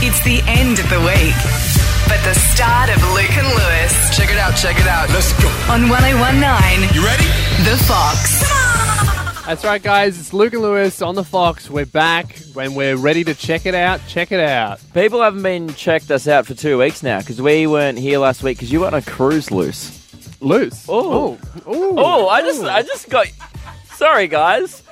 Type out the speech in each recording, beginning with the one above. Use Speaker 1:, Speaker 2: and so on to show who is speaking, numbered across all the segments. Speaker 1: It's the end of the week, but the start of Luke and Lewis
Speaker 2: Check it out, check it out. Let's go.
Speaker 1: on 1019
Speaker 2: You ready?
Speaker 1: The Fox.
Speaker 3: That's right, guys. It's Luke and Lewis on the Fox. We're back and we're ready to check it out. Check it out.
Speaker 4: People haven't been checked us out for two weeks now because we weren't here last week because you went on a cruise loose.
Speaker 3: Loose.
Speaker 4: Oh.
Speaker 3: Oh. Ooh.
Speaker 4: Oh, I just, I just got. Sorry, guys.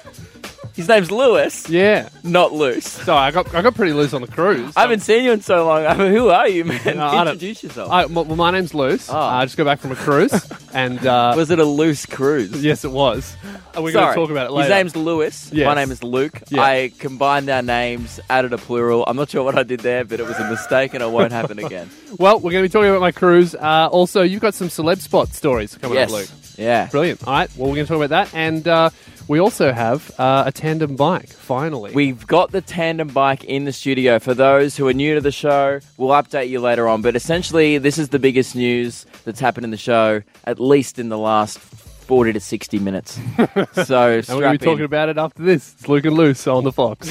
Speaker 4: His name's Lewis,
Speaker 3: Yeah.
Speaker 4: not Loose.
Speaker 3: So I got I got pretty loose on the cruise.
Speaker 4: I haven't seen you in so long. I mean, who are you, man?
Speaker 3: No, I don't-
Speaker 4: Introduce yourself.
Speaker 3: I, well, my name's Loose.
Speaker 4: Oh.
Speaker 3: Uh, I just got back from a cruise, and uh,
Speaker 4: was it a loose cruise?
Speaker 3: yes, it was. And we're going
Speaker 4: Sorry.
Speaker 3: to talk about it later.
Speaker 4: His name's Lewis.
Speaker 3: Yes.
Speaker 4: My name is Luke.
Speaker 3: Yeah.
Speaker 4: I combined our names, added a plural. I'm not sure what I did there, but it was a mistake and it won't happen again.
Speaker 3: well, we're going to be talking about my cruise. Uh, also, you've got some celeb spot stories coming
Speaker 4: yes.
Speaker 3: up, Luke.
Speaker 4: Yeah.
Speaker 3: Brilliant. All right. Well, we're going to talk about that, and uh, we also have uh, a tandem bike. Finally,
Speaker 4: We've got the tandem bike in the studio. For those who are new to the show, we'll update you later on. But essentially, this is the biggest news that's happened in the show, at least in the last 40 to 60 minutes. So,
Speaker 3: and we're going to
Speaker 4: strap
Speaker 3: be talking
Speaker 4: in.
Speaker 3: about it after this. It's Luke and Loose on the Fox.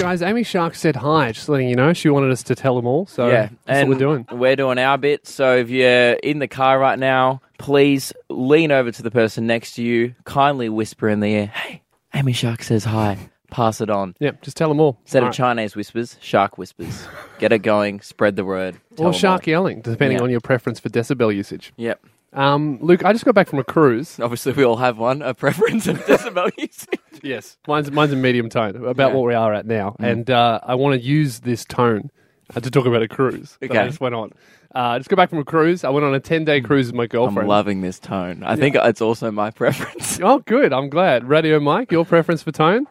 Speaker 3: Guys, Amy Shark said hi. Just letting you know, she wanted us to tell them all. So
Speaker 4: yeah,
Speaker 3: that's
Speaker 4: and
Speaker 3: what we're doing.
Speaker 4: We're doing our bit. So if you're in the car right now, please lean over to the person next to you, kindly whisper in the ear, "Hey, Amy Shark says hi." Pass it on.
Speaker 3: Yeah, just tell them all.
Speaker 4: Instead
Speaker 3: All
Speaker 4: of
Speaker 3: right.
Speaker 4: Chinese whispers, shark whispers. Get it going. Spread the word. Tell
Speaker 3: or
Speaker 4: 'em
Speaker 3: shark
Speaker 4: all.
Speaker 3: yelling, depending
Speaker 4: Yeah.
Speaker 3: on your preference for decibel usage.
Speaker 4: Yep.
Speaker 3: Um, Luke, I just got back from a cruise.
Speaker 4: Obviously, we all have one a preference of decibel usage.
Speaker 3: Yes, mine's mine's a medium tone, about
Speaker 4: Yeah. Mm.
Speaker 3: what we are at now, and uh, I want to use this tone uh, to talk about a cruise. that I
Speaker 4: Okay. Mm.
Speaker 3: just went on. Uh, I just got back from a cruise. I went on a ten day cruise with my
Speaker 4: I'm
Speaker 3: girlfriend.
Speaker 4: loving this tone. I think it's also my preference.
Speaker 3: Oh, good. I'm glad. Radio Mike, your preference for tone?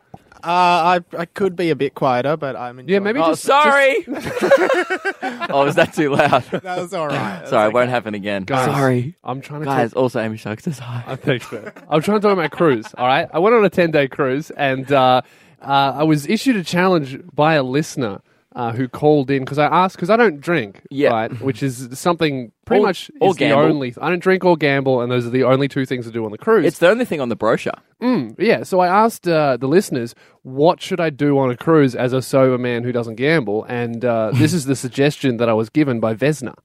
Speaker 5: Uh, I, I could be a bit quieter, but I'm enjoying
Speaker 3: Yeah, maybe
Speaker 4: Oh,
Speaker 3: just
Speaker 4: sorry. oh, was that too loud?
Speaker 5: it. That was all right.
Speaker 4: sorry, it won't happen again.
Speaker 3: Guys, Uh,
Speaker 4: sorry.
Speaker 3: I'm trying to
Speaker 4: Guys,
Speaker 3: Talk-
Speaker 4: also Amy Shark says hi.
Speaker 3: I think so. I'm trying to talk about cruise. All right, I went on a ten day cruise, and uh, uh, I was issued a challenge by a listener. Uh, who called in because I asked because I don't drink,
Speaker 4: Yeah.
Speaker 3: right? Which is something pretty
Speaker 4: Or-
Speaker 3: much
Speaker 4: or
Speaker 3: is the
Speaker 4: gamble.
Speaker 3: only. I don't drink or gamble, and those are the only two things to do on the cruise.
Speaker 4: It's the only thing on the brochure.
Speaker 3: Yeah, so I asked uh, the listeners, what should I do on a cruise as a sober man who doesn't gamble? And uh, this is the suggestion that I was given by Vesna.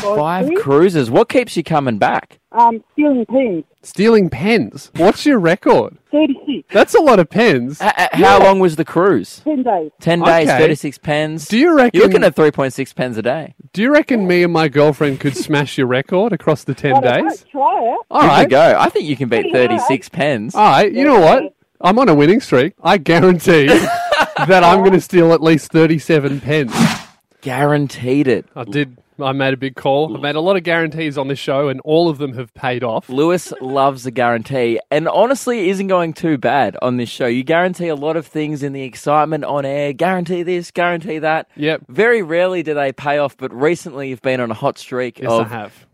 Speaker 4: Five cruises. What keeps you coming back?
Speaker 6: um, stealing pens.
Speaker 3: Stealing pens. What's your record?
Speaker 6: 36,
Speaker 3: That's a lot of pens.
Speaker 4: H- h- how long was the cruise?
Speaker 6: 10 days.
Speaker 4: 10 days,
Speaker 3: Uh, Okay.
Speaker 4: 36 pens.
Speaker 3: Do you reckon-
Speaker 4: You're looking at 3.6 pens a day.
Speaker 3: Do you reckon me and my girlfriend could smash your record across the 10
Speaker 6: I
Speaker 3: days?
Speaker 6: might try it.
Speaker 3: All
Speaker 4: Here
Speaker 3: right. Uh,
Speaker 4: we go. I think you can beat 36 pens.
Speaker 3: All right, you know what? I'm on a winning streak. I guarantee that I'm going to steal at least 37 pens.
Speaker 4: Guaranteed it.
Speaker 3: I did. I made a big call. I made a lot of guarantees on this show, and all of them have paid off.
Speaker 4: Lewis loves a guarantee and honestly isn't going too bad on this show. You guarantee a lot of things in the excitement on air. Guarantee this, guarantee that.
Speaker 3: Yep.
Speaker 4: Very rarely do they pay off, but recently you've been on a hot streak
Speaker 3: Yes, I
Speaker 4: of,
Speaker 3: have.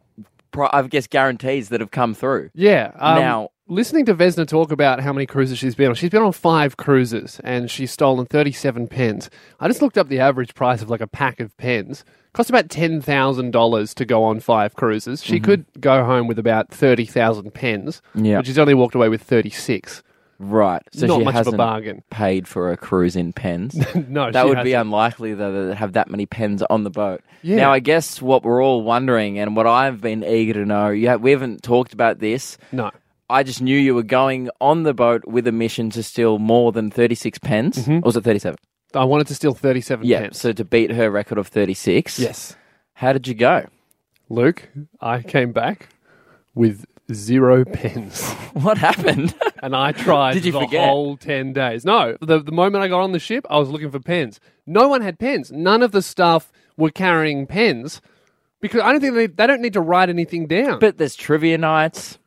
Speaker 4: pro- I guess, guarantees that have come through.
Speaker 3: Yeah. Um,
Speaker 4: Now-
Speaker 3: listening to Vesna talk about how many cruises she's been on, she's been on five cruises and she's stolen 37 pens. I just looked up the average price of like a pack of pens. Costs about $10,000 to go on five cruises. She could go home with about 30,000 pens,
Speaker 4: Mm-hmm. Yeah.
Speaker 3: but she's only walked away with 36.
Speaker 4: Right. So
Speaker 3: Not
Speaker 4: she
Speaker 3: much of a
Speaker 4: hasn't
Speaker 3: bargain.
Speaker 4: paid for a cruise in pens.
Speaker 3: No,
Speaker 4: that
Speaker 3: she
Speaker 4: would be
Speaker 3: hasn't.
Speaker 4: unlikely though to have that many pens on the boat.
Speaker 3: Yeah.
Speaker 4: Now I guess what we're all wondering and what I've been eager to know, yeah, we haven't talked about this.
Speaker 3: No.
Speaker 4: I just knew you were going on the boat with a mission to steal more than 36 pens.
Speaker 3: Mm-hmm.
Speaker 4: Or was it 37?
Speaker 3: I wanted to steal 37
Speaker 4: Yeah.
Speaker 3: pens.
Speaker 4: So to beat her record of 36.
Speaker 3: yes.
Speaker 4: How did you go?
Speaker 3: Luke, I came back with zero pens.
Speaker 4: What happened?
Speaker 3: And I tried
Speaker 4: Did you
Speaker 3: the
Speaker 4: forget?
Speaker 3: whole 10 days. No, the, the moment I got on the ship, I was looking for pens. No one had pens. None of the staff were carrying pens because I don't think they, they don't need to write anything down.
Speaker 4: but there's trivia nights.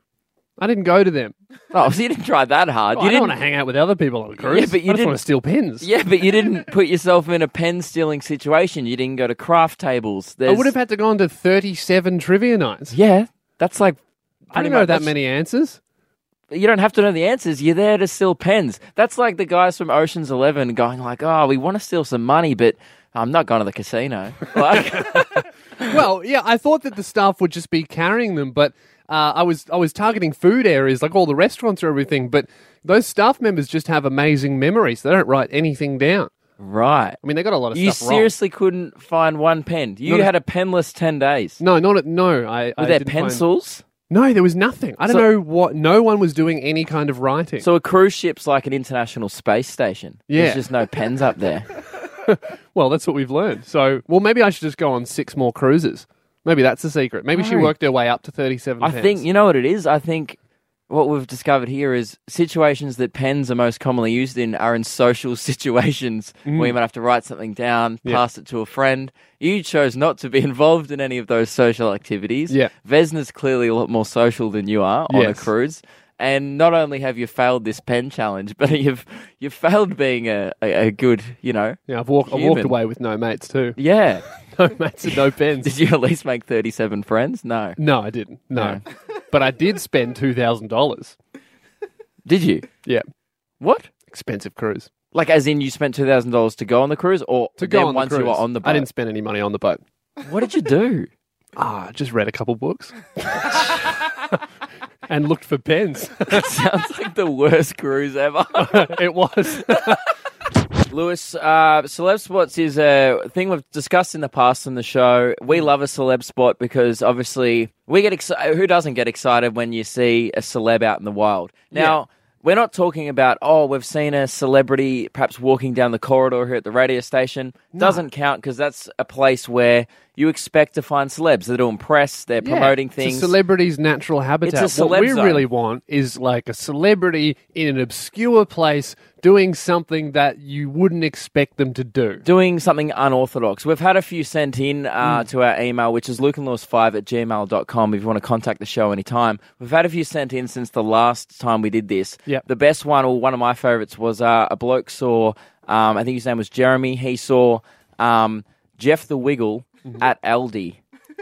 Speaker 3: I didn't go to them.
Speaker 4: Oh, so you didn't try that hard.
Speaker 3: Oh,
Speaker 4: you
Speaker 3: I don't
Speaker 4: didn't
Speaker 3: want to hang out with other people on the cruise.
Speaker 4: but you
Speaker 3: I just want
Speaker 4: didn't-
Speaker 3: to steal pens.
Speaker 4: Yeah, but you didn't put yourself in a pen stealing situation. You didn't go to craft tables.
Speaker 3: I
Speaker 4: There's,
Speaker 3: would have had to go on to 37 trivia nights.
Speaker 4: Yeah, that's like.
Speaker 3: I
Speaker 4: pretty
Speaker 3: didn't know
Speaker 4: much-
Speaker 3: that many answers.
Speaker 4: You don't have to know the answers. You're there to steal pens. That's like the guys from Ocean's Eleven going like, "Oh, we want to steal some money, but I'm not going to the casino." Like,
Speaker 3: well, yeah, I thought that the staff would just be carrying them, but uh, I was I was targeting food areas like all the restaurants or everything. But those staff members just have amazing memories; they don't write anything down.
Speaker 4: Right.
Speaker 3: I mean, they got a lot of
Speaker 4: You
Speaker 3: stuff wrong.
Speaker 4: seriously couldn't find one pen. You
Speaker 3: Not a-
Speaker 4: had a penless 10 days.
Speaker 3: No, not at, no. I
Speaker 4: Were
Speaker 3: I
Speaker 4: there
Speaker 3: didn't find-
Speaker 4: pencils?
Speaker 3: no, there was nothing. I don't
Speaker 4: So-
Speaker 3: know what. No one was doing any kind of writing.
Speaker 4: So a cruise ship's like an international space station.
Speaker 3: Yeah.
Speaker 4: There's just no pens up there.
Speaker 3: well, that's what we've learned. So, well, maybe I should just go on six more cruises. Maybe that's the secret. Maybe she
Speaker 4: No.
Speaker 3: worked her way up to thirty-seven.
Speaker 4: I
Speaker 3: pence.
Speaker 4: think, you know what it is? I think what we've discovered here is situations that pens are most commonly used in are in social situations where you might have to write something down,
Speaker 3: Mm. Yeah.
Speaker 4: pass it to a friend. You chose not to be involved in any of those social activities.
Speaker 3: Yeah.
Speaker 4: Vesna's clearly a lot more social than you are on
Speaker 3: Yes.
Speaker 4: a cruise. And not only have you failed this pen challenge, but you've you've failed being a, a, a good, you know.
Speaker 3: Yeah, I've walked. I walked
Speaker 4: Human.
Speaker 3: away with no mates too.
Speaker 4: Yeah.
Speaker 3: No mates and no pens.
Speaker 4: Did you at least make 37 friends? No.
Speaker 3: No, I didn't. No, but I did spend two thousand dollars.
Speaker 4: Did you?
Speaker 3: Yeah,
Speaker 4: What?
Speaker 3: expensive cruise
Speaker 4: Like, as in, you spent two thousand dollars to go on the cruise, or
Speaker 3: to go
Speaker 4: then
Speaker 3: on
Speaker 4: once
Speaker 3: the cruise.
Speaker 4: you were on the boat.
Speaker 3: I didn't spend any money on the boat.
Speaker 4: What did you do?
Speaker 3: Ah, just read a couple books and looked for pens.
Speaker 4: that sounds like the worst cruise ever.
Speaker 3: it was.
Speaker 4: Lewis, uh, celeb spots is a thing we've discussed in the past on the show. We love a celeb spot because obviously we get excited. Who doesn't get excited when you see a celeb out in the wild? Now. We're not talking about, oh, we've seen a celebrity perhaps walking down the corridor here at the radio station. Doesn't count because that's a place where you expect to find celebs. They're doing press, they're promoting
Speaker 3: It's a
Speaker 4: things.
Speaker 3: celebrities' natural habitat.
Speaker 4: It's a
Speaker 3: what we
Speaker 4: celeb zone.
Speaker 3: really want is like a celebrity in an obscure place doing something that you wouldn't expect them to do.
Speaker 4: doing something unorthodox. We've had a few sent in uh,
Speaker 3: Hmm.
Speaker 4: to our email, which is lukeandlewis5 at gmail.com if you want to contact the show anytime. We've had a few sent in since the last time we did this.
Speaker 3: Yep.
Speaker 4: The best one, or one of my favorites, was uh, a bloke saw, um, I think his name was Jeremy, he saw um, Jeff the Wiggle at Aldi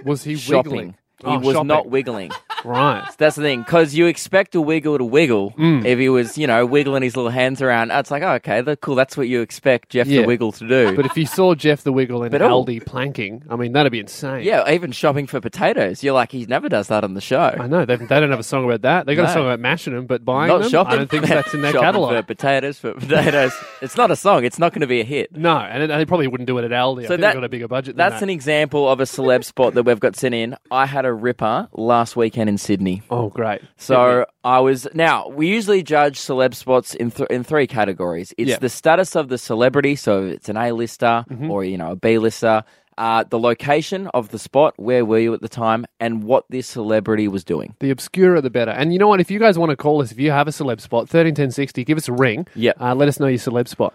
Speaker 3: Was he
Speaker 4: shopping.
Speaker 3: wiggling?
Speaker 4: He
Speaker 3: Mm-hmm. Oh,
Speaker 4: was
Speaker 3: shopping.
Speaker 4: not wiggling.
Speaker 3: right.
Speaker 4: That's the thing, because you expect a wiggle to wiggle
Speaker 3: Mm.
Speaker 4: if he was, you know, wiggling his little hands around. It's like, oh, okay, that's cool. That's what you expect Jeff
Speaker 3: Yeah.
Speaker 4: the Wiggle to do.
Speaker 3: But if you saw Jeff the Wiggle in
Speaker 4: But all-
Speaker 3: Aldi planking, I mean that'd be insane.
Speaker 4: Yeah, even shopping for potatoes. You're like, he never does that on the show.
Speaker 3: I know they, they don't have a song about that. They got a
Speaker 4: No.
Speaker 3: song about mashing them, but buying
Speaker 4: Not
Speaker 3: them.
Speaker 4: shopping.
Speaker 3: I don't think that's in their
Speaker 4: Shopping
Speaker 3: catalog.
Speaker 4: For potatoes, for potatoes. it's not a song. It's not going to be a hit.
Speaker 3: No, and they probably wouldn't do it at Aldi. I think
Speaker 4: that-
Speaker 3: they got a bigger budget.
Speaker 4: That's
Speaker 3: than
Speaker 4: an e- example of a celeb spot that we've got sent in. I had a ripper last weekend in Sydney.
Speaker 3: that. oh great.
Speaker 4: So I was now we usually judge celeb spots in th- in three categories. It's
Speaker 3: Yeah. Mm-hmm.
Speaker 4: the status of the celebrity, so it's an A-lister or you know a B-lister. Uh, the location of the spot, where were you at the time, and what this celebrity was doing.
Speaker 3: The obscurer, the better. And you know what? If you guys want to call us, if you have a celeb spot, thirteen ten sixty, give us a ring.
Speaker 4: Yep.
Speaker 3: Uh, let us know your celeb spot.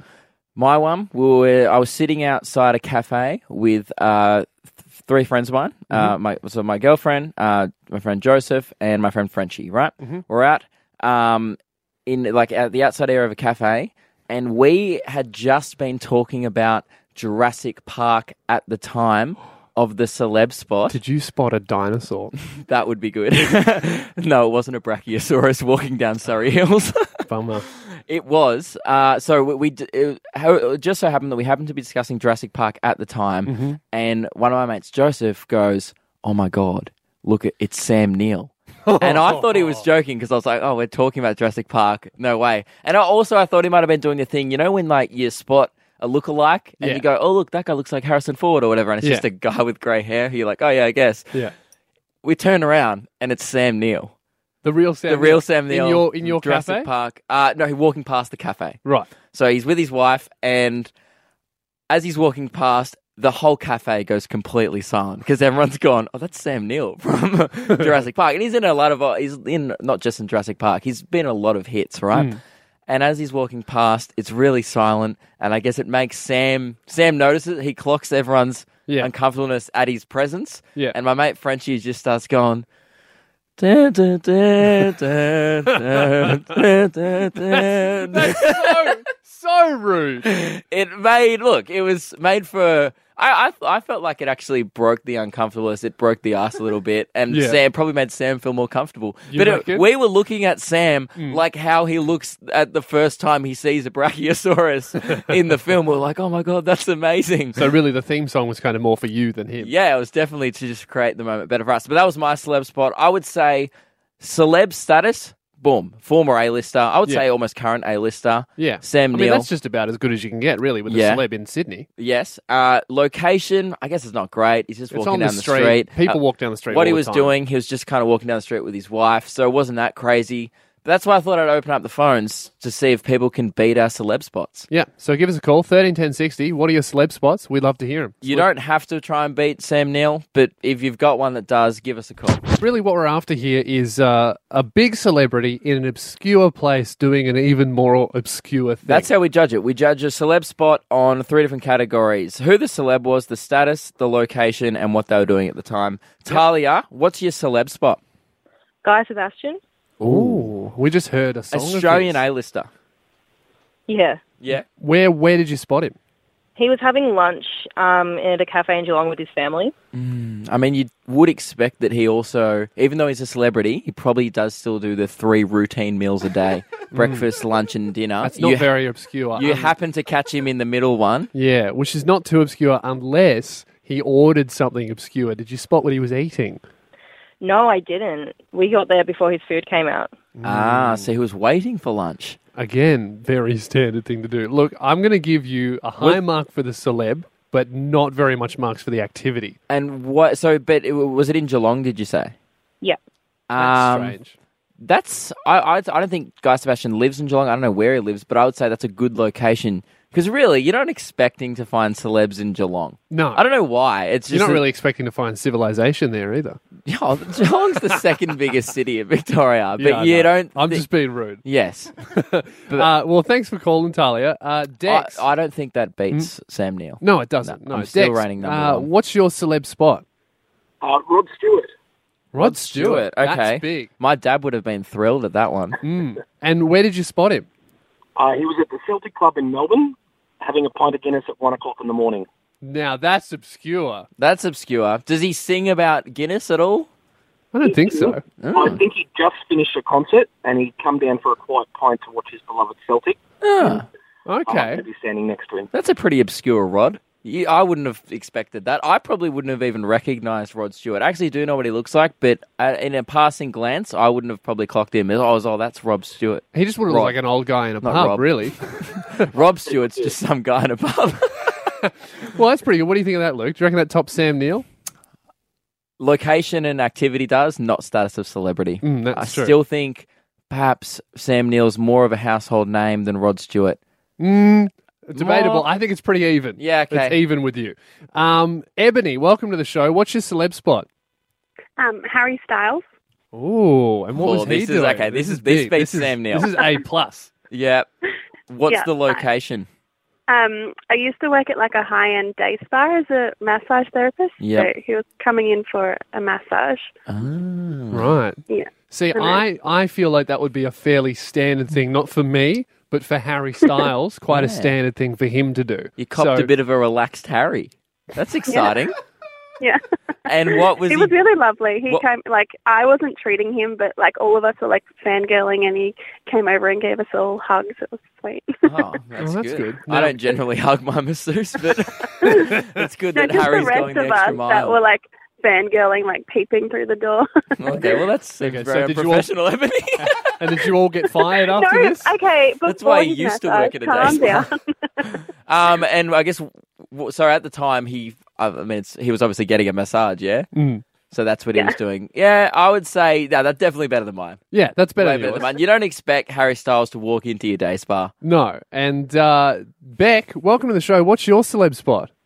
Speaker 4: My one, we were, I was sitting outside a cafe with uh, th- three friends of mine. Uh, my, so my girlfriend, uh, my friend Joseph, and my friend Frenchie. Right, we're out um, in like at the outside area of a cafe, and we had just been talking about Jurassic Park at the time of the celeb spot.
Speaker 3: Did you spot a dinosaur?
Speaker 4: that would be good. no, it wasn't a Brachiosaurus walking down Surrey Hills.
Speaker 3: Bummer.
Speaker 4: It was. Uh, so we, we d- it, how, it just so happened that we happened to be discussing Jurassic Park at the time,
Speaker 3: Mm-hmm.
Speaker 4: and one of my mates, Joseph, goes, "Oh my god, look at it's Sam Neill." and I thought he was joking because I was like, "Oh, we're talking about Jurassic Park? No way!" And I, also, I thought he might have been doing the thing, you know, when like you spot a look-alike and
Speaker 3: Yeah.
Speaker 4: you go, "Oh, look, that guy looks like Harrison Ford" or whatever, and it's
Speaker 3: Yeah.
Speaker 4: just a guy with grey hair. Who you're like, "Oh yeah, I guess."
Speaker 3: Yeah.
Speaker 4: We turn around and it's Sam Neill,
Speaker 3: The real Sam.
Speaker 4: the real Sam
Speaker 3: in
Speaker 4: Neill
Speaker 3: your- in your
Speaker 4: Jurassic
Speaker 3: cafe?
Speaker 4: Park. Uh, no, he walking past the cafe.
Speaker 3: Right.
Speaker 4: So he's with his wife, and as he's walking past, the whole cafe goes completely silent because everyone's gone. Oh, that's Sam Neill from Jurassic Park, and he's in a lot of. He's in not just in Jurassic Park. He's been in a lot of hits, right? And as he's walking past, it's really silent, and I guess it makes Sam Sam notices. He clocks everyone's
Speaker 3: Yeah.
Speaker 4: uncomfortableness at his presence,
Speaker 3: Yeah.
Speaker 4: and my mate Frenchie just starts going. "Dun, dun, dun, dun, dun, dun, dun, dun."
Speaker 3: so so rude.
Speaker 4: It made look. It was made for. I, I I felt like it actually broke the uncomfortableness. It broke the ice a little bit, and
Speaker 3: Yeah.
Speaker 4: Sam probably made Sam feel more comfortable.
Speaker 3: You
Speaker 4: but
Speaker 3: reckon? Mm.
Speaker 4: it, we were looking at Sam like how he looks at the first time he sees a brachiosaurus in the film. We're like, oh my god, that's amazing.
Speaker 3: So really, the theme song was kind of more for you than him.
Speaker 4: yeah, it was definitely to just create the moment better for us. But that was my celeb spot. I would say celeb status boom, former A-lister. I would
Speaker 3: Yeah.
Speaker 4: say almost current A-lister.
Speaker 3: Yeah.
Speaker 4: Sam
Speaker 3: I
Speaker 4: Neill.
Speaker 3: mean, that's just about as good as you can get, really, with
Speaker 4: Yeah.
Speaker 3: a celeb in Sydney.
Speaker 4: Yes. Uh, location, I guess it's not great. He's just
Speaker 3: It's
Speaker 4: walking
Speaker 3: on the
Speaker 4: down Uh,
Speaker 3: street. People walk down the street all
Speaker 4: What he
Speaker 3: the
Speaker 4: was
Speaker 3: time.
Speaker 4: doing, he was just kind of walking down the street with his wife, so it wasn't that crazy. But that's why I thought I'd open up the phones to see if people can beat our celeb spots.
Speaker 3: Yeah. So give us a call, 13 10 60. What are your celeb spots? We'd love to hear them.
Speaker 4: You don't have to try and beat Sam Neill, but if you've got one that does, give us a call.
Speaker 3: Really, what we're after here is uh, a big celebrity in an obscure place doing an even more obscure thing.
Speaker 4: That's how we judge it. We judge a celeb spot on three different categories who the celeb was, the status, the location, and what they were doing at the time. Talia, what's your celeb spot?
Speaker 6: Guy Sebastian?
Speaker 3: Ooh, we just heard a song of
Speaker 4: Australian
Speaker 3: his.
Speaker 4: A lister.
Speaker 6: Yeah.
Speaker 4: Yeah.
Speaker 3: Where where did you spot him?
Speaker 6: He was having lunch um, at a cafe in Geelong with his family.
Speaker 4: I mean, you would expect that he also, even though he's a celebrity, he probably does still do the three routine meals a day breakfast, lunch, and dinner.
Speaker 3: That's not
Speaker 4: you,
Speaker 3: very obscure.
Speaker 4: you
Speaker 3: Um,
Speaker 4: happen to catch him in the middle one.
Speaker 3: yeah, which is not too obscure unless he ordered something obscure. Did you spot what he was eating?
Speaker 6: No, I didn't. We got there before his food came out.
Speaker 3: Mm.
Speaker 4: Ah, so he was waiting for lunch.
Speaker 3: Again, very standard thing to do. Look, I'm going to give you a high
Speaker 4: Well-
Speaker 3: mark for the celeb, but not very much marks for the activity.
Speaker 4: And what? So, but it, was it in Geelong, did you say?
Speaker 6: Yeah.
Speaker 3: That's
Speaker 4: Um,
Speaker 3: strange.
Speaker 4: That's I, I I don't think Guy Sebastian lives in Geelong. I don't know where he lives, but I would say that's a good location because really you're not expecting to find celebs in Geelong.
Speaker 3: No.
Speaker 4: I don't know why. It's just
Speaker 3: You're not
Speaker 4: that-
Speaker 3: really expecting to find civilization there either.
Speaker 4: Oh, Geelong's the second biggest city in Victoria, but
Speaker 3: Yeah, I
Speaker 4: you
Speaker 3: know.
Speaker 4: don't.
Speaker 3: I'm
Speaker 4: thi-
Speaker 3: just being rude.
Speaker 4: yes.
Speaker 3: Uh, well, thanks for calling, Talia. Uh,
Speaker 4: I,
Speaker 3: Dex.
Speaker 4: I don't think
Speaker 3: Mm.
Speaker 4: that beats Sam Neill.
Speaker 3: no, it doesn't.
Speaker 4: No,
Speaker 3: No,
Speaker 4: I'm still
Speaker 3: Dex,
Speaker 4: reigning number
Speaker 3: uh,
Speaker 4: one.
Speaker 3: What's your celeb spot?
Speaker 7: Uh, Rod Stewart.
Speaker 3: Rod
Speaker 4: Stewart. Okay.
Speaker 3: That's big. Mm.
Speaker 4: My dad would have been thrilled at that one.
Speaker 3: And where did you spot him?
Speaker 7: Uh, he was at the Celtic Club in Melbourne having a pint of Guinness at one o'clock in the morning.
Speaker 3: Now that's obscure.
Speaker 4: That's obscure. Does he sing about Guinness at all?
Speaker 3: I don't think so.
Speaker 7: I think he just finished a concert and he'd come down for a quiet pint to watch his beloved Celtic. I
Speaker 3: Okay.
Speaker 7: happened to be standing next to him.
Speaker 4: That's a pretty obscure Rod. You, I wouldn't have expected that. I probably wouldn't have even recognized Rod Stewart. I actually do know what he looks like, but uh, in a passing glance, I wouldn't have probably clocked him. I was, oh, that's Rob Stewart.
Speaker 3: He just would have
Speaker 4: Rob.
Speaker 3: looked like an old guy in a
Speaker 4: Not
Speaker 3: pub,
Speaker 4: Rob.
Speaker 3: really.
Speaker 4: Rob Stewart's just some guy in a pub.
Speaker 3: Well, that's pretty good. What do you think of that, Luke? Do you reckon that tops Sam Neill?
Speaker 4: Location and activity does, not status of celebrity.
Speaker 3: Mm, that's
Speaker 4: I
Speaker 3: true.
Speaker 4: still think perhaps Sam Neill's more of a household name than Rod Stewart.
Speaker 3: Debatable.
Speaker 4: More-
Speaker 3: I think it's pretty even.
Speaker 4: Yeah, okay.
Speaker 3: It's even with you. Um, Ebony, welcome to the show. What's your celeb spot?
Speaker 8: Um, Harry Styles.
Speaker 3: Ooh, and what
Speaker 4: Oh,
Speaker 3: was he
Speaker 4: this is-
Speaker 3: doing?
Speaker 4: okay, this is- this
Speaker 3: big.
Speaker 4: beats Sam Neill.
Speaker 3: This is A plus.
Speaker 4: Yeah. What's
Speaker 8: Yeah,
Speaker 4: the
Speaker 8: I-
Speaker 4: location?
Speaker 8: Um, I used to work at like a high-end day spa as a massage therapist.
Speaker 4: Yep.
Speaker 8: So he was coming in for a massage.
Speaker 4: Hmm.
Speaker 3: right.
Speaker 8: Yeah.
Speaker 3: See,
Speaker 8: Isn't it?
Speaker 3: I, I feel like that would be a fairly standard thing, not for me, but for Harry Styles, quite a
Speaker 4: Yeah.
Speaker 3: standard thing for him to do.
Speaker 4: You copped
Speaker 3: So-
Speaker 4: a bit of a relaxed Harry. That's exciting.
Speaker 8: Yeah.
Speaker 4: And what was
Speaker 8: It
Speaker 4: he?
Speaker 8: was really lovely. He
Speaker 4: What-
Speaker 8: came like I wasn't treating him, but like all of us were like fangirling, and he came over and gave us all hugs. It was sweet.
Speaker 4: Oh, that's,
Speaker 3: that's
Speaker 4: good.
Speaker 3: good.
Speaker 4: I
Speaker 3: Now-
Speaker 4: don't generally hug my masseuse, but it's good
Speaker 8: No,
Speaker 4: that
Speaker 8: just
Speaker 4: Harry's
Speaker 8: the
Speaker 4: going
Speaker 8: rest
Speaker 4: the
Speaker 8: of
Speaker 4: extra
Speaker 8: us
Speaker 4: mile.
Speaker 8: that were like fangirling, like peeping through the door.
Speaker 4: okay, well that's seems
Speaker 3: Okay, so
Speaker 4: very
Speaker 3: did you all-
Speaker 4: professional, Ebony.
Speaker 3: And did you all get fired after
Speaker 8: no,
Speaker 3: this?
Speaker 8: okay.
Speaker 4: That's
Speaker 8: before
Speaker 4: why I
Speaker 8: his
Speaker 4: used to
Speaker 8: massage,
Speaker 4: work at a day
Speaker 8: calm
Speaker 4: spa.
Speaker 8: down.
Speaker 4: um, and I guess w- so. At the time, he I mean it's, he was obviously getting a massage, yeah.
Speaker 3: Mm.
Speaker 4: So that's what he was doing. Yeah, I would say no, that's definitely better than mine.
Speaker 3: Yeah, that's better
Speaker 4: Way
Speaker 3: than
Speaker 4: better
Speaker 3: yours.
Speaker 4: than mine. You don't expect Harry Styles to walk into your day spa.
Speaker 3: No. And uh, Beck, welcome to the show. What's your celeb spot?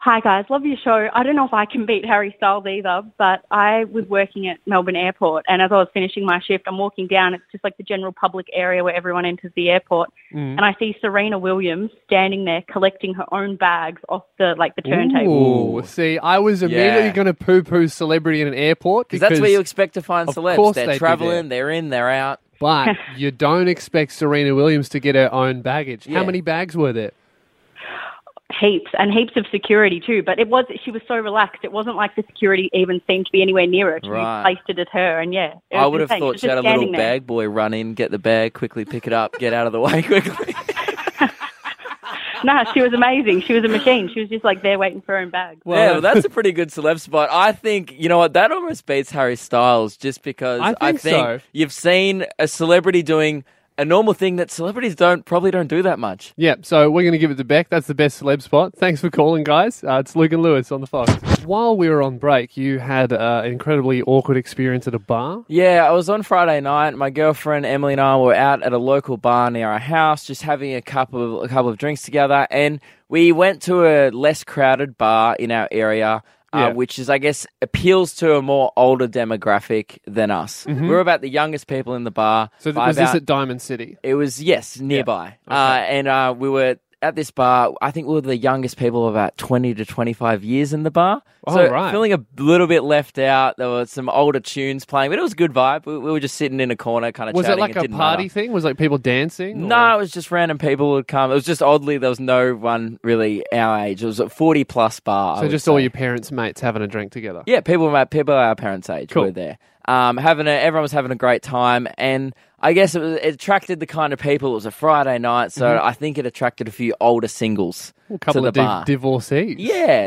Speaker 9: Hi guys, love your show. I don't know if I can beat Harry Styles either, but I was working at Melbourne Airport and as I was finishing my shift, I'm walking down, it's just like the general public area where everyone enters the airport,
Speaker 4: Mm.
Speaker 9: and I see Serena Williams standing there collecting her own bags off the like the turntable.
Speaker 3: Ooh, see, I was immediately
Speaker 4: Yeah.
Speaker 3: going to poo-poo celebrity in an airport
Speaker 4: Because that's where you expect to find
Speaker 3: Of
Speaker 4: celebs.
Speaker 3: course
Speaker 4: They're
Speaker 3: they'd be
Speaker 4: traveling, they're in, they're out.
Speaker 3: but you don't expect Serena Williams to get her own baggage.
Speaker 4: Yeah.
Speaker 3: How many bags were there?
Speaker 9: Heaps and heaps of security too, but it was she was so relaxed. It wasn't like the security even seemed to be anywhere near her. She
Speaker 4: Right.
Speaker 9: placed it at her and yeah. it
Speaker 4: I
Speaker 9: was
Speaker 4: would have
Speaker 9: insane.
Speaker 4: thought
Speaker 9: was
Speaker 4: she had a
Speaker 9: just
Speaker 4: little
Speaker 9: standing there.
Speaker 4: bag boy run in, get the bag, quickly pick it up, get out of the way quickly.
Speaker 9: no, she was amazing. She was a machine. She was just like there waiting for her own bag.
Speaker 4: Well, yeah, well, that's a pretty good celeb spot. I think you know what that almost beats Harry Styles, just because
Speaker 3: I think so.
Speaker 4: you've seen a celebrity doing a normal thing that celebrities don't probably don't do that much.
Speaker 3: Yeah, so we're going to give it to Beck. That's the best celeb spot. Thanks for calling, guys. Uh, it's Luke and Lewis on the Fox. While we were on break, you had uh, an incredibly awkward experience at a bar.
Speaker 4: Yeah, I was on Friday night. My girlfriend Emily and I were out at a local bar near our house, just having a couple of a couple of drinks together, and we went to a less crowded bar in our area.
Speaker 3: Yeah.
Speaker 4: Uh, which is, I guess, appeals to a more older demographic than us. We were about the youngest people in the bar.
Speaker 3: Mm-hmm. So
Speaker 4: by
Speaker 3: was this
Speaker 4: about-
Speaker 3: at Diamond City?
Speaker 4: It was yes, nearby, uh, and uh, we were at this bar. I think we were the youngest people, about twenty to twenty-five years in the bar.
Speaker 3: Oh,
Speaker 4: so
Speaker 3: right.
Speaker 4: feeling a little bit left out. There were some older tunes playing, but it was a good vibe. We, we were just sitting in a corner, kind of.
Speaker 3: Was it
Speaker 4: chatting.
Speaker 3: like a
Speaker 4: didn't
Speaker 3: party
Speaker 4: matter.
Speaker 3: thing? Was like people dancing? or-
Speaker 4: No, it was just random people would come. It was just oddly there was no one really our age. It was a forty plus bar. I
Speaker 3: So
Speaker 4: would
Speaker 3: just
Speaker 4: say.
Speaker 3: all your parents' mates having a drink together.
Speaker 4: Yeah, people my people our parents' age
Speaker 3: Cool.
Speaker 4: were there. Um, having a, everyone was having a great time, and I guess it, was, it attracted the kind of people. It was a Friday night, so I think it attracted a few older singles
Speaker 3: Mm-hmm. A couple
Speaker 4: to the
Speaker 3: of di-
Speaker 4: bar.
Speaker 3: divorcees.
Speaker 4: Yeah,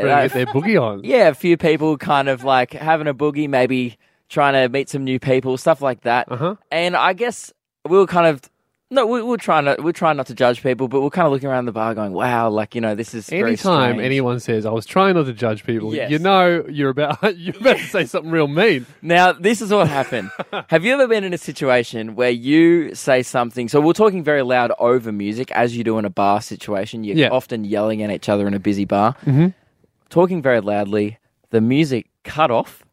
Speaker 3: Ready to get
Speaker 4: like-
Speaker 3: their boogie on.
Speaker 4: yeah, a few people kind of like having a boogie, maybe trying to meet some new people, stuff like that.
Speaker 3: Uh-huh.
Speaker 4: And I guess we were kind of. No, we, we're trying to we're trying not to judge people, but we're kind of looking around the bar, going, "Wow, like you know, this is very
Speaker 3: Anytime
Speaker 4: strange."
Speaker 3: anyone says, I was trying not to judge people,
Speaker 4: Yes.
Speaker 3: you know you're about you're about to say something real mean.
Speaker 4: Now, this is what happened. Have you ever been in a situation where you say something? So we're talking very loud over music, as you do in a bar situation. You're
Speaker 3: Yeah.
Speaker 4: often yelling at each other in a busy bar, talking very loudly. The music cut off,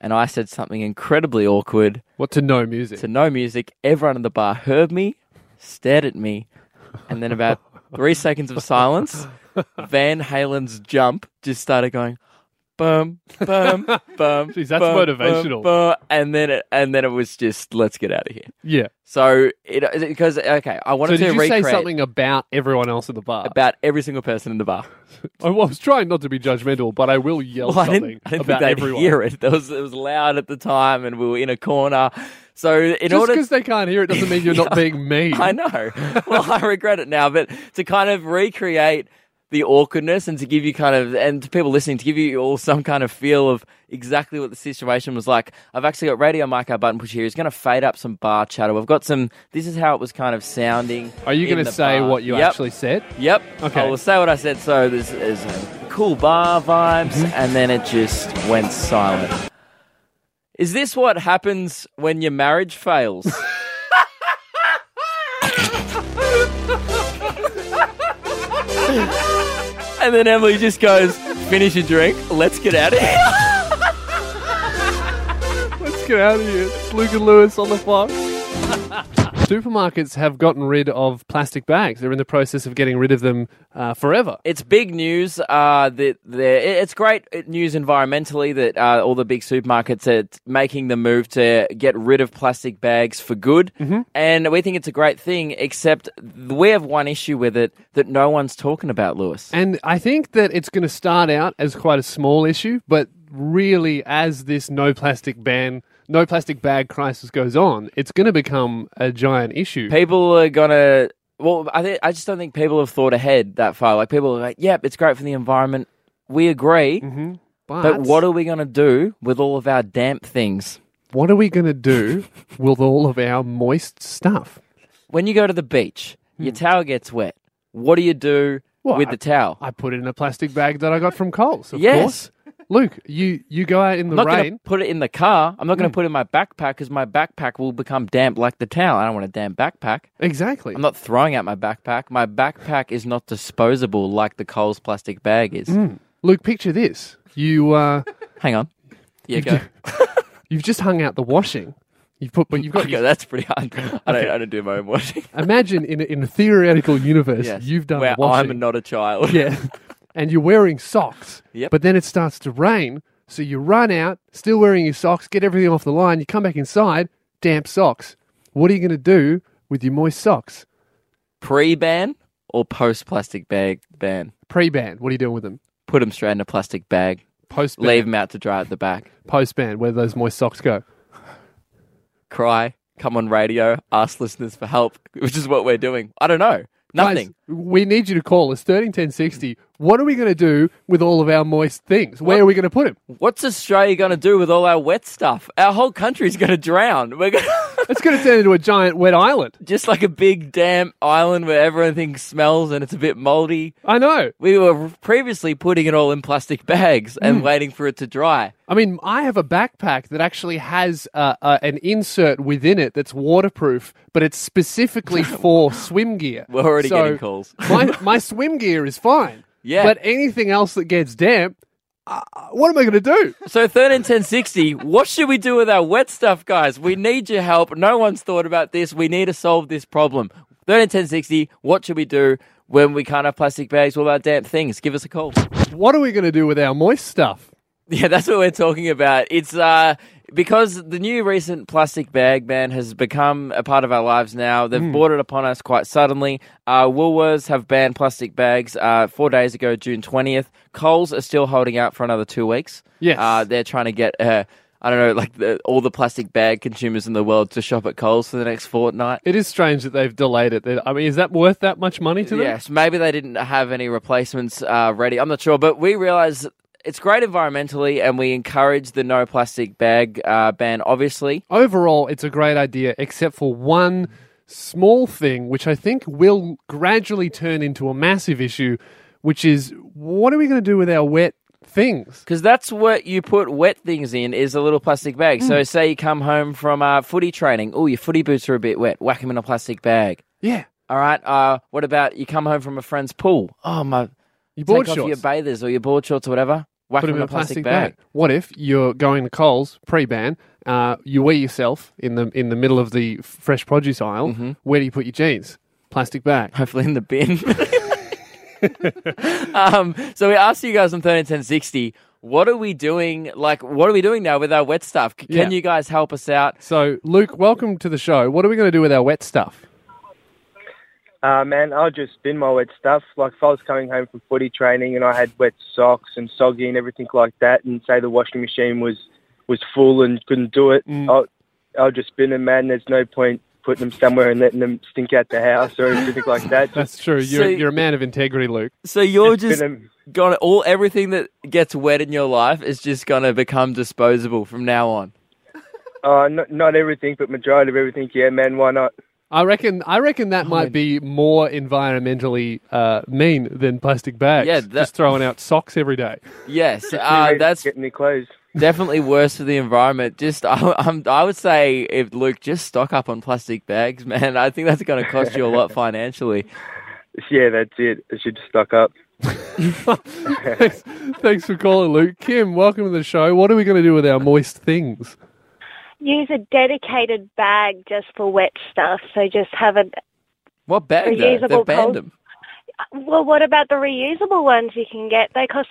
Speaker 4: and I said something incredibly awkward
Speaker 3: What to no music.
Speaker 4: to no music. Everyone in the bar heard me, stared at me, and then about three seconds of silence, Van Halen's jump just started going. Bum bum bum.
Speaker 3: Jeez, that's
Speaker 4: bum, bum,
Speaker 3: motivational.
Speaker 4: bum. and then it, and then it was just let's get out of here.
Speaker 3: yeah.
Speaker 4: So it because okay, I
Speaker 3: So did
Speaker 4: wanted to
Speaker 3: you
Speaker 4: recreate
Speaker 3: say something about everyone else in the bar?
Speaker 4: about every single person in the bar.
Speaker 3: I was trying not to be judgmental, but I will yell
Speaker 4: Well, I
Speaker 3: something
Speaker 4: didn't, I didn't
Speaker 3: about
Speaker 4: think they'd
Speaker 3: everyone.
Speaker 4: hear it. It was, it was loud at the time, and we were in a corner. So in
Speaker 3: Just
Speaker 4: order
Speaker 3: because they can't hear it doesn't mean you're not being mean.
Speaker 4: I know. Well, I regret it now, but to kind of recreate the awkwardness and to give you kind of, and to people listening, to give you all some kind of feel of exactly what the situation was like. I've actually got radio mic out button push here. It's going to fade up some bar chatter. I've got some, this is how it was kind of sounding.
Speaker 3: Are you
Speaker 4: in
Speaker 3: going to
Speaker 4: the
Speaker 3: say
Speaker 4: bar.
Speaker 3: what you
Speaker 4: Yep.
Speaker 3: actually said?
Speaker 4: Yep.
Speaker 3: Okay.
Speaker 4: I will say what I said. So this is uh, cool bar vibes, and then it just went silent. Is this what happens when your marriage fails? and then Emily just goes, "Finish your drink. Let's get out of here."
Speaker 3: Let's get out of here. It's Luke and Lewis on the Fox. Supermarkets have gotten rid of plastic bags. They're in the process of getting rid of them uh, forever.
Speaker 4: it's big news. Uh, that the it- it's great news environmentally that uh, all the big supermarkets are t- making the move to get rid of plastic bags for good, and we think it's a great thing. Except th- we have one issue with it that no one's talking about, Lewis.
Speaker 3: And I think that it's going to start out as quite a small issue, but really, as this no plastic ban, no plastic bag crisis goes on, it's going to become a giant issue.
Speaker 4: people are gonna. Well, I th- I just don't think people have thought ahead that far. Like people are like, "Yep, it's great for the environment. We agree." But what are we going to do with all of our damp things?
Speaker 3: what are we going to do with all of our moist stuff?
Speaker 4: When you go to the beach, your towel gets wet. What do you do
Speaker 3: Hmm. Well,
Speaker 4: with the towel?
Speaker 3: I put it in a plastic bag that I got from Coles, of
Speaker 4: Yes.
Speaker 3: course. Luke, you, you go out in the
Speaker 4: I'm not going
Speaker 3: rain. Hmm.
Speaker 4: to put it in the car. I'm not going to put it in my backpack because my backpack will become damp like the towel. I don't want a damp backpack.
Speaker 3: Exactly.
Speaker 4: I'm not throwing out my backpack. My backpack is not disposable like the Coles plastic bag is.
Speaker 3: Hmm. Luke, picture this. You uh,
Speaker 4: Hang on. Yeah, go.
Speaker 3: you've just hung out the washing. You've put, but you've got.
Speaker 4: Okay, that's pretty hard. I don't, I don't do my own washing.
Speaker 3: Imagine in a, in a theoretical universe,
Speaker 4: Yes.
Speaker 3: you've done
Speaker 4: Where
Speaker 3: the washing.
Speaker 4: I'm not a child.
Speaker 3: Yeah. and you're wearing socks.
Speaker 4: Yep.
Speaker 3: But then it starts to rain. So you run out, still wearing your socks, get everything off the line. You come back inside, damp socks. What are you going to do with your moist socks?
Speaker 4: Pre ban or post plastic bag ban?
Speaker 3: Pre ban, what are you doing with them?
Speaker 4: Put them straight in a plastic bag.
Speaker 3: Post ban,
Speaker 4: Leave them out to dry at the back.
Speaker 3: post ban, where do those moist socks go?
Speaker 4: Cry. Come on radio. Ask listeners for help, which is what we're doing. I don't know. Nothing.
Speaker 3: Guys, we need you to call us thirteen ten sixty. What are we going to do with all of our moist things? Where are we going to put them?
Speaker 4: What's Australia going to do with all our wet stuff? Our whole country's going to drown. We're going to.
Speaker 3: It's going to turn into a giant wet island.
Speaker 4: Just like a big damp island where everything smells and it's a bit moldy.
Speaker 3: I know.
Speaker 4: We were previously putting it all in plastic bags and waiting for it to dry.
Speaker 3: I mean, I have a backpack that actually has uh, uh, an insert within it that's waterproof, but it's specifically for swim gear.
Speaker 4: We're already getting calls.
Speaker 3: my, my swim gear is fine.
Speaker 4: Yeah.
Speaker 3: But anything else that gets damp, uh, what am I going to do?
Speaker 4: So 13 1060, what should we do with our wet stuff, guys? We need your help. No one's thought about this. We need to solve this problem. 13 1060, what should we do when we can't have plastic bags, all our damp things? Give us a call.
Speaker 3: What are we going to do with our moist stuff?
Speaker 4: Yeah, that's what we're talking about. It's uh because the new recent plastic bag ban has become a part of our lives now. They've brought it upon us quite suddenly. Uh, Woolworths have banned plastic bags uh, four days ago, June twentieth. Coles are still holding out for another two weeks.
Speaker 3: Yes.
Speaker 4: uh, they're trying to get. Uh, I don't know, like the, all the plastic bag consumers in the world to shop at Coles for the next fortnight.
Speaker 3: It is strange that they've delayed it. I mean, is that worth that much money to them?
Speaker 4: Yes, maybe they didn't have any replacements uh, ready. I'm not sure, but we realize it's great environmentally, and we encourage the no plastic bag uh, ban. Obviously,
Speaker 3: Overall, it's a great idea, except for one small thing, which I think will gradually turn into a massive issue, which is what are we going to do with our wet things?
Speaker 4: because that's what you put wet things in is a little plastic bag. So, say you come home from uh, footy training, oh, your footy boots are a bit wet. Whack them in a plastic bag.
Speaker 3: Yeah.
Speaker 4: All right. Uh, what about you come home from a friend's pool? Oh my!
Speaker 3: Your
Speaker 4: Take
Speaker 3: board
Speaker 4: off
Speaker 3: shorts.
Speaker 4: your bathers or your board shorts or whatever. Whack
Speaker 3: put
Speaker 4: them
Speaker 3: them
Speaker 4: in a plastic, bag.
Speaker 3: What if you're going to Coles pre-ban? Uh, you weigh yourself in the in the middle of the f- fresh produce aisle.
Speaker 4: Mm-hmm.
Speaker 3: Where do you put your jeans? Plastic bag.
Speaker 4: hopefully in the bin. um, so we asked you guys on thirteen ten sixty, what are we doing? Like, what are we doing now with our wet stuff? C- Can
Speaker 3: Yeah.
Speaker 4: you guys help us out?
Speaker 3: So, Luke, welcome to the show. What are we going to do with our wet stuff?
Speaker 10: Uh, man, I'll just bin my wet stuff. Like if I was coming home from footy training and I had wet socks and soggy and everything like that, and say the washing machine was was full and couldn't do it,
Speaker 4: Mm.
Speaker 10: I'll I'll just bin them, man. There's no point putting them somewhere and letting them stink out the house or anything like that. Just
Speaker 3: That's true. You're,
Speaker 4: So-
Speaker 3: you're a man of integrity, Luke.
Speaker 4: So you're
Speaker 10: bin
Speaker 4: just
Speaker 10: 'em.
Speaker 4: gonna all everything that gets wet in your life is just gonna become disposable from now on.
Speaker 10: Uh, not not everything, but majority of everything. Yeah, man. Why not?
Speaker 3: I reckon. I reckon that might be more environmentally uh, mean than plastic bags.
Speaker 4: Yeah, that-
Speaker 3: just throwing out socks every day.
Speaker 4: Yes, uh, that's
Speaker 10: getting me clothes.
Speaker 4: definitely worse for the environment. Just I, I'm, I would say, if Luke just stock up on plastic bags, man. I think that's gonna cost you a lot financially.
Speaker 10: Yeah, that's it. I should just stock up.
Speaker 3: thanks, thanks for calling, Luke. Kim, welcome to the show. What are we going to do with our moist things?
Speaker 11: use a dedicated bag just for wet stuff. So just have a
Speaker 4: What bag? though? They've
Speaker 11: Reusable
Speaker 4: banned
Speaker 11: pol-
Speaker 4: them.
Speaker 11: well. What about the reusable ones you can get? They cost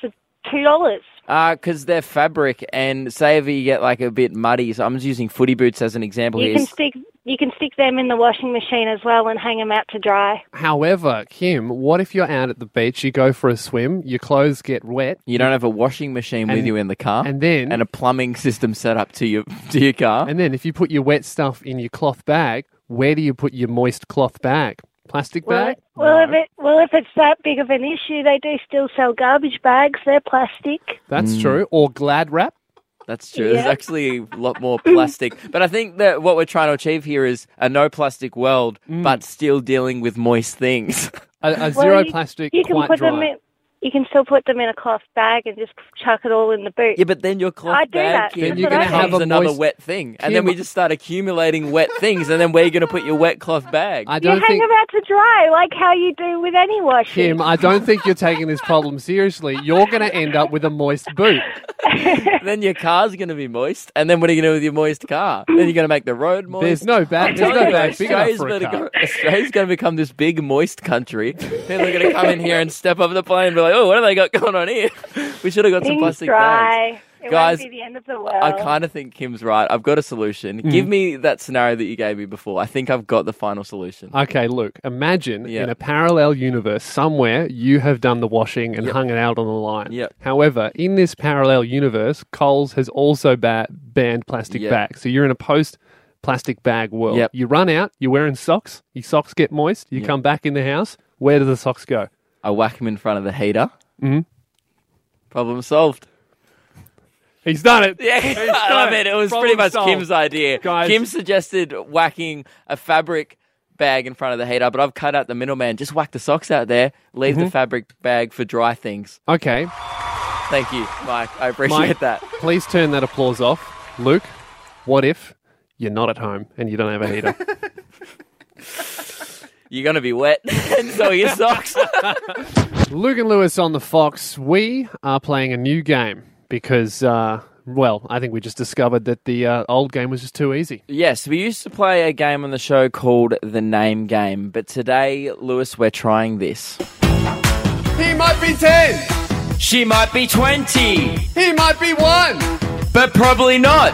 Speaker 11: two dollars.
Speaker 4: because Uh, they're fabric, and say if you get like a bit muddy. So I'm just using footy boots as an example
Speaker 11: You
Speaker 4: here.
Speaker 11: can stick you can stick them in the washing machine as well and hang them out to dry.
Speaker 3: However, Kim, what if you're out at the beach, you go for a swim, your clothes get wet,
Speaker 4: You don't have a washing machine with
Speaker 3: And-
Speaker 4: you in the car,
Speaker 3: and then
Speaker 4: and a plumbing system set up to your to your car.
Speaker 3: and then if you put your wet stuff in your cloth bag, where do you put your moist cloth bag? Plastic
Speaker 11: Well,
Speaker 3: bag?
Speaker 11: well if it well if it's that big of an issue, they do still sell garbage bags. They're plastic.
Speaker 3: That's true. Or Glad wrap?
Speaker 4: That's true. There's
Speaker 11: Yeah.
Speaker 4: actually a lot more plastic, but I think that what we're trying to achieve here is a no plastic world,
Speaker 3: Mm.
Speaker 4: but still dealing with moist things.
Speaker 3: A, a
Speaker 11: Well,
Speaker 3: zero
Speaker 11: you-
Speaker 3: plastic,
Speaker 11: You can
Speaker 3: quite
Speaker 11: put
Speaker 3: dry.
Speaker 11: them in. You can still put them in a cloth bag and just chuck it all in the boot.
Speaker 4: yeah, but then your cloth
Speaker 11: I do
Speaker 4: bag
Speaker 11: that.
Speaker 4: Kim,
Speaker 11: Then you're
Speaker 4: becomes
Speaker 11: gonna have
Speaker 3: a
Speaker 4: another
Speaker 3: moist-
Speaker 4: wet thing, and then
Speaker 3: Kim-
Speaker 4: we just start accumulating wet things, and then where are you going to put your wet cloth bag?
Speaker 3: I
Speaker 11: you
Speaker 3: don't
Speaker 11: hang
Speaker 3: think
Speaker 11: them out to dry like how you do with any washing.
Speaker 3: Kim, I don't think you're taking this problem seriously. You're going to end up with a moist boot.
Speaker 4: then your car's going to be moist, and then what are you going to do with your moist car? Then you're going to make the road moist.
Speaker 3: There's no bag. There's no bag big enough for a
Speaker 4: gonna
Speaker 3: car.
Speaker 4: go- Australia's going to become this big moist country. People are going to come in here and step up the plane and be like, "Oh, what have they got going on here? We should have got some
Speaker 11: Things
Speaker 4: plastic bags."
Speaker 11: dry. It
Speaker 4: Guys,
Speaker 11: won't be the end of the world.
Speaker 4: I kind of think Kim's right. I've got a solution.
Speaker 3: Mm-hmm.
Speaker 4: Give me that scenario that you gave me before. I think I've got the final solution.
Speaker 3: Okay, Luke, imagine
Speaker 4: Yeah.
Speaker 3: in a parallel universe somewhere you have done the washing and hung it out on the line.
Speaker 4: Yep.
Speaker 3: However, in this parallel universe, Coles has also ba- banned plastic
Speaker 4: Yep.
Speaker 3: bags. So you're in a post plastic bag world.
Speaker 4: Yep.
Speaker 3: You run out, you're wearing socks, your socks get moist, you come back in the house. Where do the socks go?
Speaker 4: I whack him in front of the heater.
Speaker 3: Mhm.
Speaker 4: Problem solved.
Speaker 3: He's done it.
Speaker 4: Yeah,
Speaker 3: He's
Speaker 4: I
Speaker 3: done
Speaker 4: mean, it was
Speaker 3: Problem
Speaker 4: pretty much
Speaker 3: solved.
Speaker 4: Kim's idea.
Speaker 3: Guys.
Speaker 4: Kim suggested whacking a fabric bag in front of the heater, but I've cut out the middleman. Just whack the socks out there. Leave the
Speaker 3: Mhm.
Speaker 4: fabric bag for dry things.
Speaker 3: Okay.
Speaker 4: Thank you, Mike. I appreciate
Speaker 3: Mike,
Speaker 4: that.
Speaker 3: Please turn that applause off. Luke, what if you're not at home and you don't have a heater?
Speaker 4: You're gonna be wet, and so are your socks.
Speaker 3: Luke and Lewis on the Fox. We are playing a new game because, uh, well, I think we just discovered that the uh, old game was just too easy.
Speaker 4: Yes, we used to play a game on the show called the Name Game, but today, Lewis, we're trying this.
Speaker 2: He might be 10.
Speaker 4: She might be 20,
Speaker 2: He might be 1.
Speaker 4: but probably not.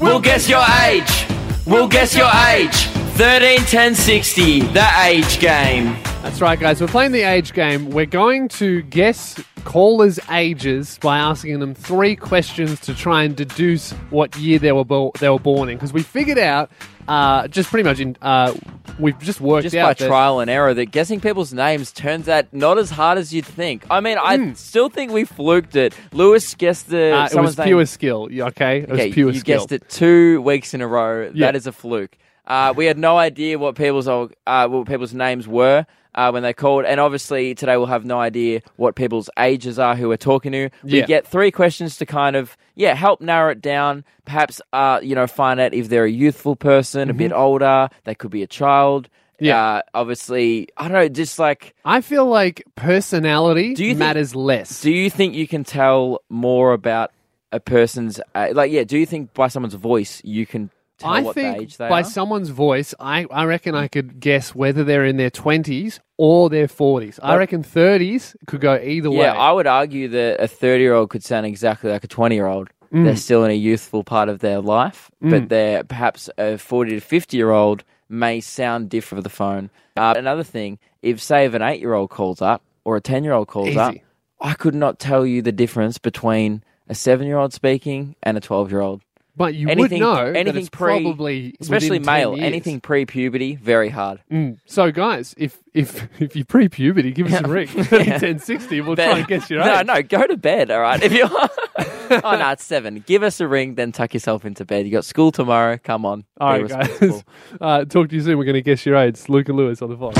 Speaker 4: We'll guess your age. We'll guess your age. 13, 10, 60, the age game.
Speaker 3: That's right, guys. We're playing the age game. We're going to guess callers' ages by asking them three questions to try and deduce what year they were, bo- they were born in. Because we figured out, uh, just pretty much, in, uh, we've just worked
Speaker 4: Just by
Speaker 3: out. that-
Speaker 4: trial and error, that guessing people's names turns out not as hard as you'd think. I mean, I still think we fluked it. Lewis guessed the
Speaker 3: Hmm. Uh, it was
Speaker 4: someone's name-
Speaker 3: pure skill, yeah, okay? It
Speaker 4: Okay,
Speaker 3: was pure
Speaker 4: you
Speaker 3: skill.
Speaker 4: guessed it two weeks in a row.
Speaker 3: Yeah.
Speaker 4: That is a fluke. Uh, we had no idea what people's old- uh, what people's names were uh, when they called, and obviously today we'll have no idea what people's ages are who we're talking to. We
Speaker 3: Yeah.
Speaker 4: get three questions to kind of yeah help narrow it down. Perhaps uh, you know find out if they're a youthful person, a bit
Speaker 3: Mm-hmm.
Speaker 4: older. They could be a child. Yeah, uh, obviously I don't know. Just like
Speaker 3: I feel like personality
Speaker 4: do you think-
Speaker 3: matters less.
Speaker 4: Do you think you can tell more about a person's uh, like? Yeah. Do you think by someone's voice you can tell
Speaker 3: I
Speaker 4: what
Speaker 3: think
Speaker 4: age they
Speaker 3: by
Speaker 4: are?
Speaker 3: someone's voice, I, I reckon I could guess whether they're in their 20s or their 40s. I
Speaker 4: But-
Speaker 3: reckon 30s could go either
Speaker 4: yeah,
Speaker 3: way.
Speaker 4: I would argue that a thirty-year-old could sound exactly like a twenty-year-old.
Speaker 3: Mm.
Speaker 4: They're still in a youthful part of their life, but
Speaker 3: Mm.
Speaker 4: they're perhaps a forty to fifty-year-old may sound different with the phone. Uh, another thing, if say if an eight-year-old calls up or a ten-year-old calls up,
Speaker 3: Easy.
Speaker 4: I could not tell you the difference between a seven-year-old speaking and a twelve-year-old.
Speaker 3: But you would
Speaker 4: anything,
Speaker 3: know that
Speaker 4: anything
Speaker 3: it's
Speaker 4: pre,
Speaker 3: probably
Speaker 4: especially
Speaker 3: within 10
Speaker 4: male,
Speaker 3: years.
Speaker 4: anything pre-puberty, very hard.
Speaker 3: Mm. So, guys, if if if you're pre-puberty, give us a ring. 1060, we'll try
Speaker 4: But-
Speaker 3: and guess your
Speaker 4: no,
Speaker 3: age.
Speaker 4: no, go to bed. All right, if you are, oh no, it's seven. Give us a ring, then tuck yourself into bed. You got school tomorrow. Come on,
Speaker 3: All
Speaker 4: Be
Speaker 3: right, guys.
Speaker 4: responsible.
Speaker 3: Uh, talk to you soon. We're going to guess your age. It's Luke and Lewis on the Fox.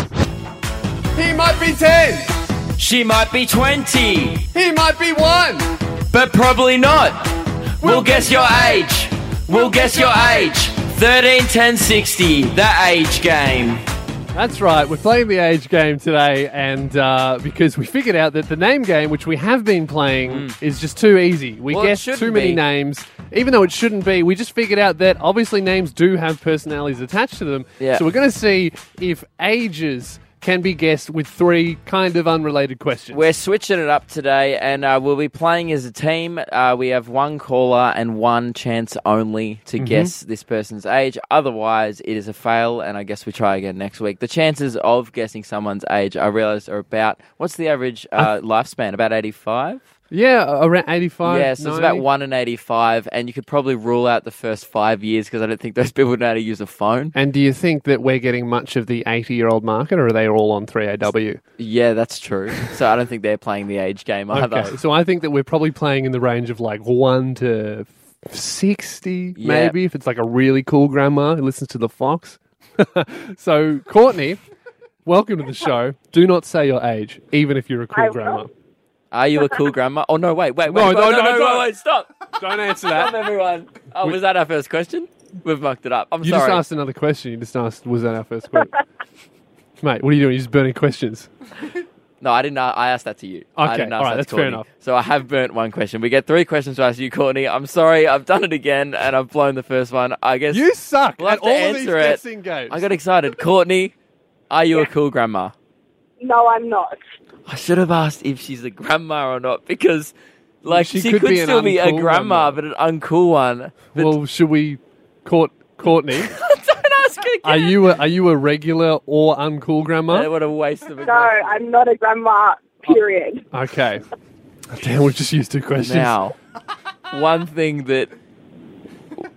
Speaker 2: He might be 10.
Speaker 4: She might be twenty,
Speaker 2: He might be 1.
Speaker 4: but probably not. We'll guess your age. We'll guess your age. 13, 10, 60, the age game.
Speaker 3: That's right. We're playing the age game today, and uh, because we figured out that the name game, which we have been playing, is just too easy. We
Speaker 4: Hmm. Well, it
Speaker 3: guess
Speaker 4: shouldn't
Speaker 3: too many
Speaker 4: be.
Speaker 3: names, even though it shouldn't be. We just figured out that obviously names do have personalities attached to them.
Speaker 4: Yeah.
Speaker 3: So we're going to see if ages can be guessed with three kind of unrelated questions.
Speaker 4: We're switching it up today, and uh, we'll be playing as a team. Uh, we have one caller and one chance only to
Speaker 3: Mhm.
Speaker 4: guess this person's age. Otherwise, it is a fail, and I guess we try again next week. The chances of guessing someone's age, I realize, are about what's the average uh, lifespan? About 85?
Speaker 3: Yeah, around eighty-five.
Speaker 4: yeah, so it's about
Speaker 3: 90.
Speaker 4: 1 in 85, and you could probably rule out the first five years because I don't think those people know how to use a phone.
Speaker 3: And do you think that we're getting much of the eighty-year-old market, or are they all on three AW?
Speaker 4: Yeah, that's true. so I don't think they're playing the age game either.
Speaker 3: Okay, so I think that we're probably playing in the range of like one to sixty,
Speaker 4: Yeah.
Speaker 3: maybe if it's like a really cool grandma who listens to the Fox. so Courtney, welcome to the show. Do not say your age, even if you're a cool grandma.
Speaker 4: Are you a cool grandma? Oh no! Wait, wait, wait,
Speaker 3: No,
Speaker 4: wait,
Speaker 3: no,
Speaker 4: no,
Speaker 3: no,
Speaker 4: no,
Speaker 3: don't.
Speaker 4: wait, wait, stop!
Speaker 3: Don't answer
Speaker 4: that, everyone. Oh, was that our first question? We've mucked it up. I'm
Speaker 3: You
Speaker 4: sorry.
Speaker 3: just asked another question. You just asked, was that our first question? Mate, what are you doing? You're just burning questions.
Speaker 4: No, I didn't. a- I asked that to you. I
Speaker 3: Okay,
Speaker 4: didn't ask
Speaker 3: all right,
Speaker 4: that to
Speaker 3: that's fair
Speaker 4: Courtney.
Speaker 3: enough.
Speaker 4: So I have burnt one question. We get three questions to ask you, Courtney. I'm sorry. I've done it again, and I've blown the first one. I guess
Speaker 3: You suck
Speaker 4: We'll have
Speaker 3: at
Speaker 4: to
Speaker 3: all of these
Speaker 4: answer it.
Speaker 3: guessing games.
Speaker 4: I got excited. Courtney, are you a cool grandma?
Speaker 8: No, I'm not.
Speaker 4: I should have asked if she's a grandma or not because, like,
Speaker 3: She
Speaker 4: she,
Speaker 3: could
Speaker 4: could,
Speaker 3: be an
Speaker 4: still be a
Speaker 3: uncool
Speaker 4: grandma, but an uncool one.
Speaker 3: well, should we court Courtney?
Speaker 4: Don't ask again.
Speaker 3: are you a, are you a regular or uncool grandma?
Speaker 4: What a waste of a
Speaker 8: No, I'm not a grandma, period.
Speaker 3: Oh. Okay. Damn, we've just used two questions.
Speaker 4: Now, one thing that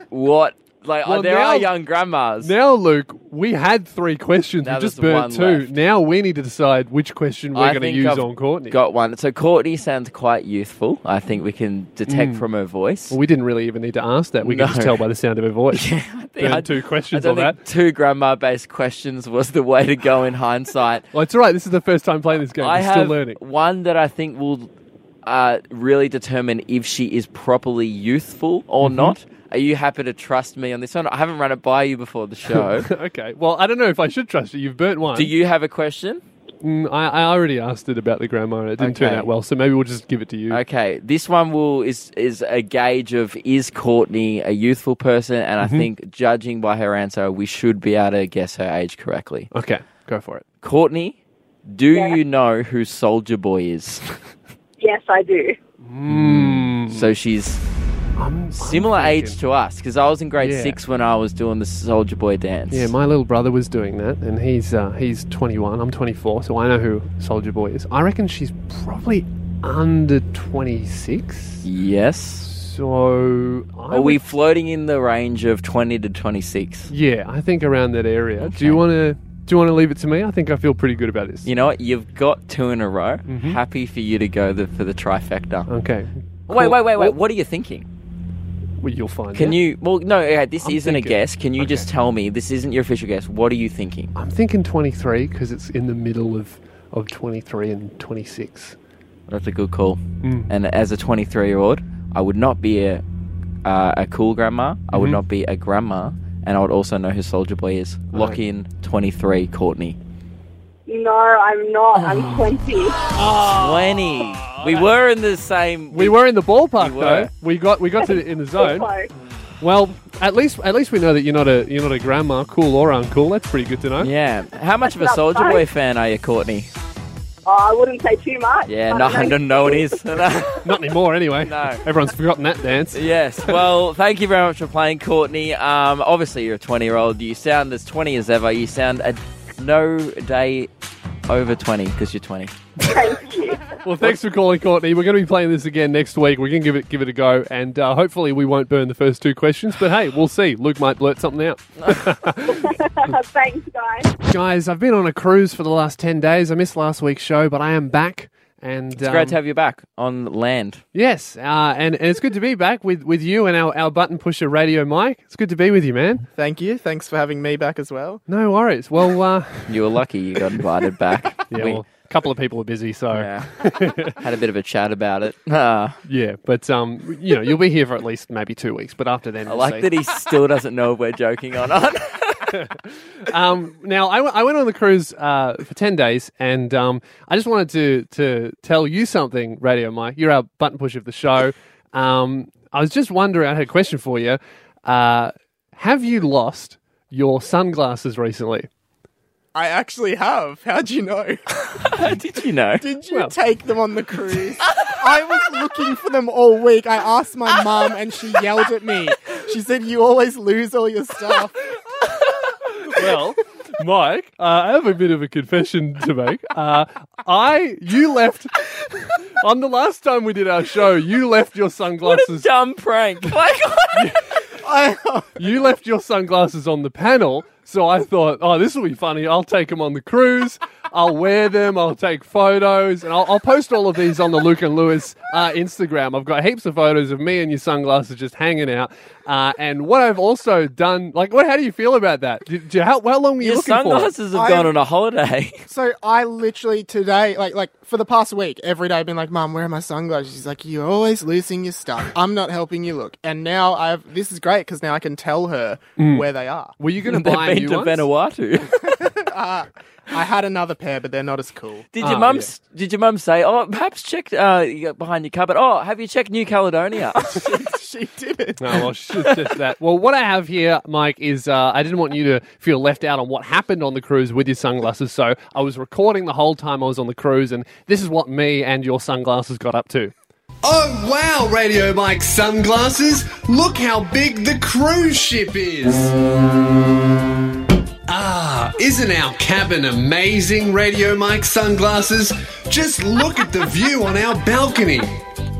Speaker 4: what Like
Speaker 3: Well,
Speaker 4: there
Speaker 3: now-
Speaker 4: are young grandmas.
Speaker 3: Now, Luke, we had three questions. we just
Speaker 4: there's
Speaker 3: burnt two.
Speaker 4: one
Speaker 3: Now we need to decide which question we're
Speaker 4: I
Speaker 3: going to
Speaker 4: think
Speaker 3: use
Speaker 4: I've
Speaker 3: on Courtney.
Speaker 4: Got one. So Courtney sounds quite youthful. I think we can detect
Speaker 3: Mm.
Speaker 4: from her voice.
Speaker 3: Well, we didn't really even need to ask that. We
Speaker 4: No.
Speaker 3: can just tell by the sound of her voice. yeah,
Speaker 4: I-
Speaker 3: two questions
Speaker 4: I
Speaker 3: on
Speaker 4: don't
Speaker 3: that.
Speaker 4: think Two grandma-based questions was the way to go in hindsight.
Speaker 3: Well, it's all right. This is the first time playing this game.
Speaker 4: I
Speaker 3: We're
Speaker 4: have
Speaker 3: still learning.
Speaker 4: one that I think will uh, really determine if she is properly youthful or
Speaker 3: Mhm.
Speaker 4: not. Are you happy to trust me on this one? I haven't run it by you before the show.
Speaker 3: okay. Well, I don't know if I should trust you. You've burnt one.
Speaker 4: Do you have a question?
Speaker 3: Mm, I, I already asked it about the grandma. and It didn't turn
Speaker 4: Okay.
Speaker 3: out well, so maybe we'll just give it to you.
Speaker 4: Okay, this one will is is a gauge of is Courtney a youthful person, and I
Speaker 3: Mhm.
Speaker 4: think judging by her answer, we should be able to guess her age correctly.
Speaker 3: Okay, go for it.
Speaker 4: Courtney, do you know who Soldier Boy is?
Speaker 8: Yes, I do.
Speaker 3: Mm.
Speaker 4: So she's Hmm. similar age to us because I was in grade
Speaker 3: Yeah.
Speaker 4: six when I was doing the Soldier Boy dance.
Speaker 3: Yeah, my little brother was doing that, and he's uh, he's 21. I'm 24, so I know who Soldier Boy is. I reckon she's probably under 26.
Speaker 4: Yes.
Speaker 3: So I
Speaker 4: Are we
Speaker 3: would-
Speaker 4: floating in the range of twenty to twenty six?
Speaker 3: Yeah, I think around that area. Do you want to do you want to leave it to me? I think I feel pretty good about this.
Speaker 4: You know what? You've got two in a row.
Speaker 3: Mm-hmm.
Speaker 4: Happy for you to go the, for the trifecta.
Speaker 3: Okay.
Speaker 4: Wait, wait, wait, wait. What are you thinking?
Speaker 3: Well, you'll find.
Speaker 4: Can
Speaker 3: out.
Speaker 4: you? Well, no. Okay, this
Speaker 3: I'm
Speaker 4: isn't
Speaker 3: thinking.
Speaker 4: a guess. Can you just tell me? This isn't your official guess. What are you thinking?
Speaker 3: I'm thinking 23 because it's in the middle of of 23 and 26.
Speaker 4: That's a good call.
Speaker 3: Mm.
Speaker 4: And as a 23 year old, I would not be a uh, a cool grandma. I would
Speaker 3: Mhm.
Speaker 4: not be a grandma, and I would also know who Soldier Boy is. Lock in 23, Courtney.
Speaker 8: No, I'm not.
Speaker 3: Oh.
Speaker 8: I'm 20.
Speaker 4: 20. We were in the same.
Speaker 3: We were in the ballpark
Speaker 4: We
Speaker 3: though.
Speaker 4: were.
Speaker 3: We got we got to the, in the zone. Well, at least at least we know that you're not a you're not a grandma, cool or uncool. That's pretty good to know.
Speaker 4: Yeah. How much of a
Speaker 8: That's not
Speaker 4: Soldier Boy
Speaker 8: right.
Speaker 4: fan are you, Courtney?
Speaker 8: Oh, I wouldn't say too much.
Speaker 4: Yeah,
Speaker 8: I
Speaker 4: no,
Speaker 8: don't know.
Speaker 4: no, no one is.
Speaker 3: Not anymore, anyway.
Speaker 4: No.
Speaker 3: Everyone's forgotten that dance.
Speaker 4: Yes. Well, thank you very much for playing, Courtney. Um, obviously, you're a 20 year old. You sound as 20 as ever. You sound a no day over 20 because you're 20.
Speaker 3: Well, thanks for calling, Courtney. We're going to be playing this again next week. We're going to give it give it a go, and uh, hopefully we won't burn the first two questions. But hey, we'll see. Luke might blurt something out.
Speaker 8: Thanks, guys.
Speaker 3: Guys, I've been on a cruise for the last ten days. I missed last week's show, but I am back. And um,
Speaker 4: It's great to have you back on land.
Speaker 3: Yes, uh, and, and it's good to be back with, with you and our, our button pusher radio Mike. It's good to be with you, man.
Speaker 5: Thank you. Thanks for having me back as well.
Speaker 3: No worries. Well, uh,
Speaker 4: You were lucky you got invited back.
Speaker 3: yeah,
Speaker 4: We
Speaker 3: well, a couple of people were busy, so
Speaker 4: Yeah. had a bit of a chat about it. Ah,
Speaker 3: yeah. But um, you know, you'll be here for at least maybe two weeks. But after then,
Speaker 4: I
Speaker 3: we'll
Speaker 4: like
Speaker 3: see.
Speaker 4: that he still doesn't know if we're joking or not.
Speaker 3: um, now I w- I went on the cruise uh, for ten days, and um, I just wanted to to tell you something, Radio Mike. You're our button push of the show. Um, I was just wondering. I had a question for you. Uh, have you lost your sunglasses recently?
Speaker 5: I actually have. How'd you know?
Speaker 4: Did you know?
Speaker 5: Did you take them on the cruise? I was looking for them all week. I asked my mum and she yelled at me. She said, You always lose all your stuff.
Speaker 3: well, Mike, uh, I have a bit of a confession to make. Uh, I, you left on the last time we did our show. You left your sunglasses.
Speaker 4: Dumb prank. My God.
Speaker 3: you left your sunglasses on the panel. So I thought, oh, this will be funny. I'll take them on the cruise. I'll wear them. I'll take photos, and I'll, I'll post all of these on the Luke and Lewis uh, Instagram. I've got heaps of photos of me and your sunglasses just hanging out. Uh, and what I've also done, like, what? How do you feel about that? Do, do- how, how long were you
Speaker 4: Your
Speaker 3: looking
Speaker 4: sunglasses
Speaker 3: for?
Speaker 4: have gone on a holiday.
Speaker 5: So I literally today, like like for the past week, every day I've been like, Mum, where are my sunglasses? She's like, You're always losing your stuff. I'm not helping you look. And now I've this is great because now I can tell her
Speaker 3: Mm.
Speaker 5: where they are.
Speaker 3: Were you going to
Speaker 4: They've
Speaker 3: buy
Speaker 4: been
Speaker 3: new
Speaker 4: to
Speaker 3: ones?
Speaker 4: Vanuatu.
Speaker 5: I had another pair, but they're not as cool.
Speaker 4: Did
Speaker 11: Oh,
Speaker 4: your mum? s Did your mum say? Oh, perhaps check uh, you got behind your cupboard. Oh, have you checked New Caledonia?
Speaker 5: she did it.
Speaker 3: No, well, it's just just that. Well, what I have here, Mike, is uh, I didn't want you to feel left out on what happened on the cruise with your sunglasses, so I was recording the whole time I was on the cruise, and this is what me and your sunglasses got up to.
Speaker 2: Oh wow, Radio Mike sunglasses! Look how big the cruise ship is! Ah, isn't our cabin amazing, Radio Mike sunglasses? Just look at the view on our balcony.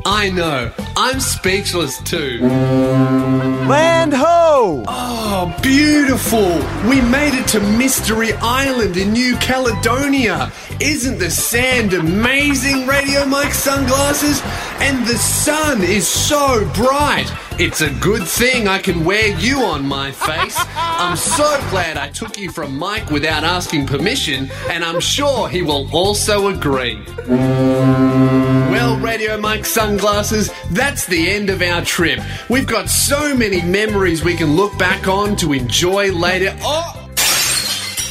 Speaker 3: I know. I'm speechless too.
Speaker 12: Land ho!
Speaker 3: Oh, beautiful! We made it to Mystery Island in New Caledonia. Isn't the sand amazing, Radio Mike sunglasses? And the sun is so bright. It's a good thing I can wear you on my face. I'm so glad I took you from Mike without asking permission, and I'm sure he will also agree. Well, Radio Mike sunglasses, that's the end of our trip. We've got so many memories we can look back on to enjoy later. Oh!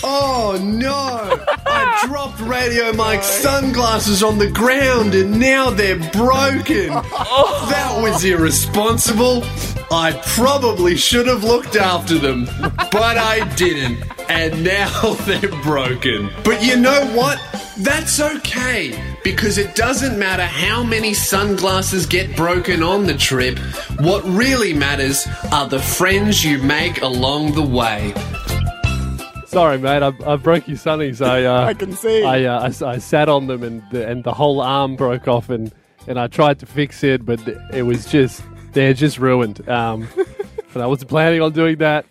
Speaker 3: Oh no! I dropped Radio Mike's sunglasses on the ground and now they're broken! That was irresponsible. I probably should have looked after them, but I didn't. And now they're broken. But you know what? That's okay, because it doesn't matter how many sunglasses get broken on the trip. What really matters are the friends you make along the way.
Speaker 11: Sorry, mate. I, I broke your sunnies. I uh,
Speaker 5: I can see.
Speaker 11: I, uh, I s- I sat on them and the, and the whole arm broke off and, and I tried to fix it, but it was just they're just ruined. Um, and I wasn't planning on doing that,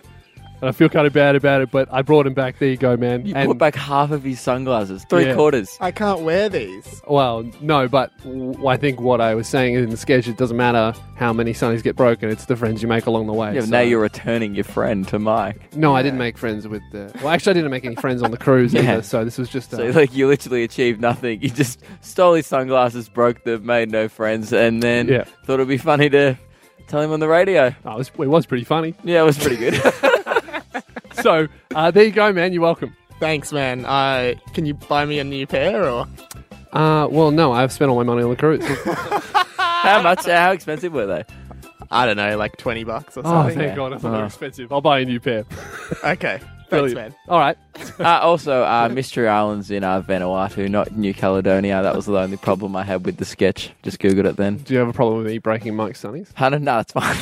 Speaker 11: and I feel kind of bad about it. But I brought him back. There you go, man.
Speaker 4: You
Speaker 11: and,
Speaker 4: brought back half of his sunglasses, three
Speaker 11: Yeah.
Speaker 4: quarters.
Speaker 5: I can't wear these.
Speaker 11: Well, no, but w- I think what I was saying in the sketch, it doesn't matter how many sunnies get broken. It's the friends you make along the way.
Speaker 4: Yeah,
Speaker 11: so-
Speaker 4: now you're returning your friend to Mike.
Speaker 11: No, I didn't make friends with the. Well, actually, I didn't make any friends on the cruise
Speaker 4: Yeah.
Speaker 11: either. So this was just.
Speaker 4: So
Speaker 11: uh,
Speaker 4: like you literally achieved nothing. You just stole his sunglasses, broke them, made no friends, and then
Speaker 11: Yeah.
Speaker 4: thought it'd be funny to tell him on the radio.
Speaker 11: Oh, it was, it was pretty funny.
Speaker 4: Yeah, it was pretty good.
Speaker 11: so uh, there you go, man. You're welcome.
Speaker 5: Thanks, man. Uh, can you buy me a new pair or?
Speaker 11: Uh, well, no, I've spent all my money on the cruise.
Speaker 4: how much? uh, How expensive were they?
Speaker 5: I don't know, like twenty bucks or
Speaker 11: oh,
Speaker 5: something.
Speaker 11: thank God. I thought they were expensive. I'll buy a new pair.
Speaker 5: Okay. Thanks,
Speaker 11: Brilliant.
Speaker 5: man.
Speaker 11: All right.
Speaker 4: uh, also, uh, Mystery Islands in uh, Vanuatu, not New Caledonia. That was the only problem I had with the sketch. Just googled it then.
Speaker 11: Do you have a problem with me breaking Mike's sunnies?
Speaker 4: Pardon? No, it's fine.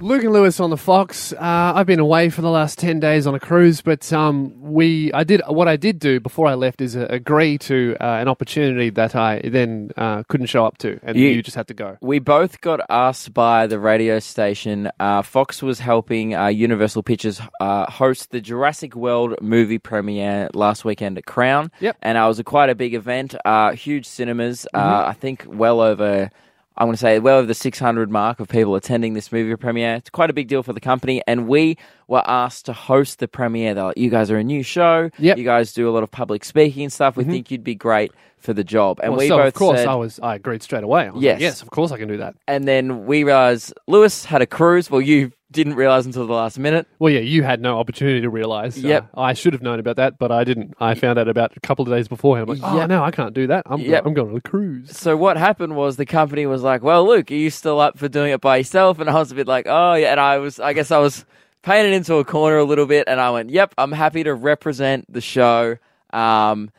Speaker 11: Luke and Lewis on the Fox. Uh, I've been away for the last ten days on a cruise, but um, we I did what I did do before I left is uh, agree to uh, an opportunity that I then uh, couldn't show up to, and
Speaker 4: You-
Speaker 11: you, just had to go.
Speaker 4: We both got asked by the radio station. Uh, Fox was helping uh, Universal Pictures uh, host the Jurassic World movie premiere last weekend at Crown.
Speaker 11: Yep.
Speaker 4: And uh, it was a, quite a big event, uh, huge cinemas. Uh,
Speaker 11: Mhm.
Speaker 4: I think well over. I want to say well over the 600 mark of people attending this movie premiere. It's quite a big deal for the company, and we were asked to host the premiere. They're like, "You guys are a new show. Yeah, You guys do a lot of public speaking and stuff. We think you'd be great for the job." And
Speaker 11: Mm-hmm. Well,
Speaker 4: we
Speaker 11: so
Speaker 4: both
Speaker 11: of course
Speaker 4: said,
Speaker 11: I was I agreed straight away. I was like,
Speaker 4: Yes.
Speaker 11: yes, of course I can do that.
Speaker 4: and then we realized Lewis had a cruise. Well, you didn't realize until the last minute.
Speaker 11: Well, yeah, you had no opportunity to realize. Uh,
Speaker 4: Yep.
Speaker 11: I should have known about that, but I didn't. I found out about a couple of days beforehand. I'm like, oh,
Speaker 4: Yep.
Speaker 11: no, I can't do that. I'm,
Speaker 4: Yep.
Speaker 11: I'm going on a cruise.
Speaker 4: So what happened was the company was like, "Well, Luke, are you still up for doing it by yourself?" And I was a bit like, "Oh yeah," and I was, I guess, I was painted into a corner a little bit, and I went, "Yep, I'm happy to represent the show." Um,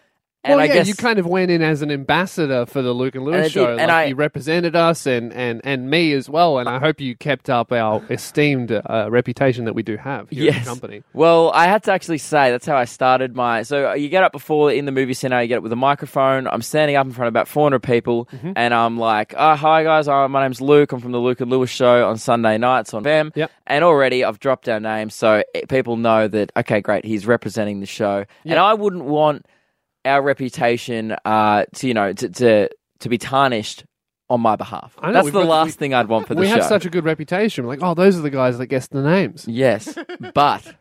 Speaker 4: and
Speaker 11: well,
Speaker 4: I
Speaker 11: yeah,
Speaker 4: guess
Speaker 11: you kind of went in as an ambassador for the Luke and Lewis
Speaker 4: And I did,
Speaker 11: show.
Speaker 4: and
Speaker 11: like,
Speaker 4: I-
Speaker 11: you represented us and, and, and me as well, and I hope you kept up our esteemed uh, reputation that we do have here at the company.
Speaker 4: Well, I had to actually say that's how I started my. So uh, you get up before in the movie center, you get up with a microphone. I'm standing up in front of about 400 people,
Speaker 11: Mm-hmm.
Speaker 4: and I'm like, oh, "Hi guys, uh, my name's Luke. I'm from the Luke and Lewis show on Sunday nights on VAM." Yep. And already I've dropped our name, so it, people know that. Okay, great, he's representing the show, and I wouldn't want our reputation uh, to you know to, to to be tarnished on my behalf.
Speaker 11: I know,
Speaker 4: that's
Speaker 11: we've
Speaker 4: the
Speaker 11: got-
Speaker 4: last
Speaker 11: we-
Speaker 4: thing I'd want for the
Speaker 11: we
Speaker 4: show.
Speaker 11: have such a good reputation. We're like, oh, those are the guys that guessed the names.
Speaker 4: Yes, but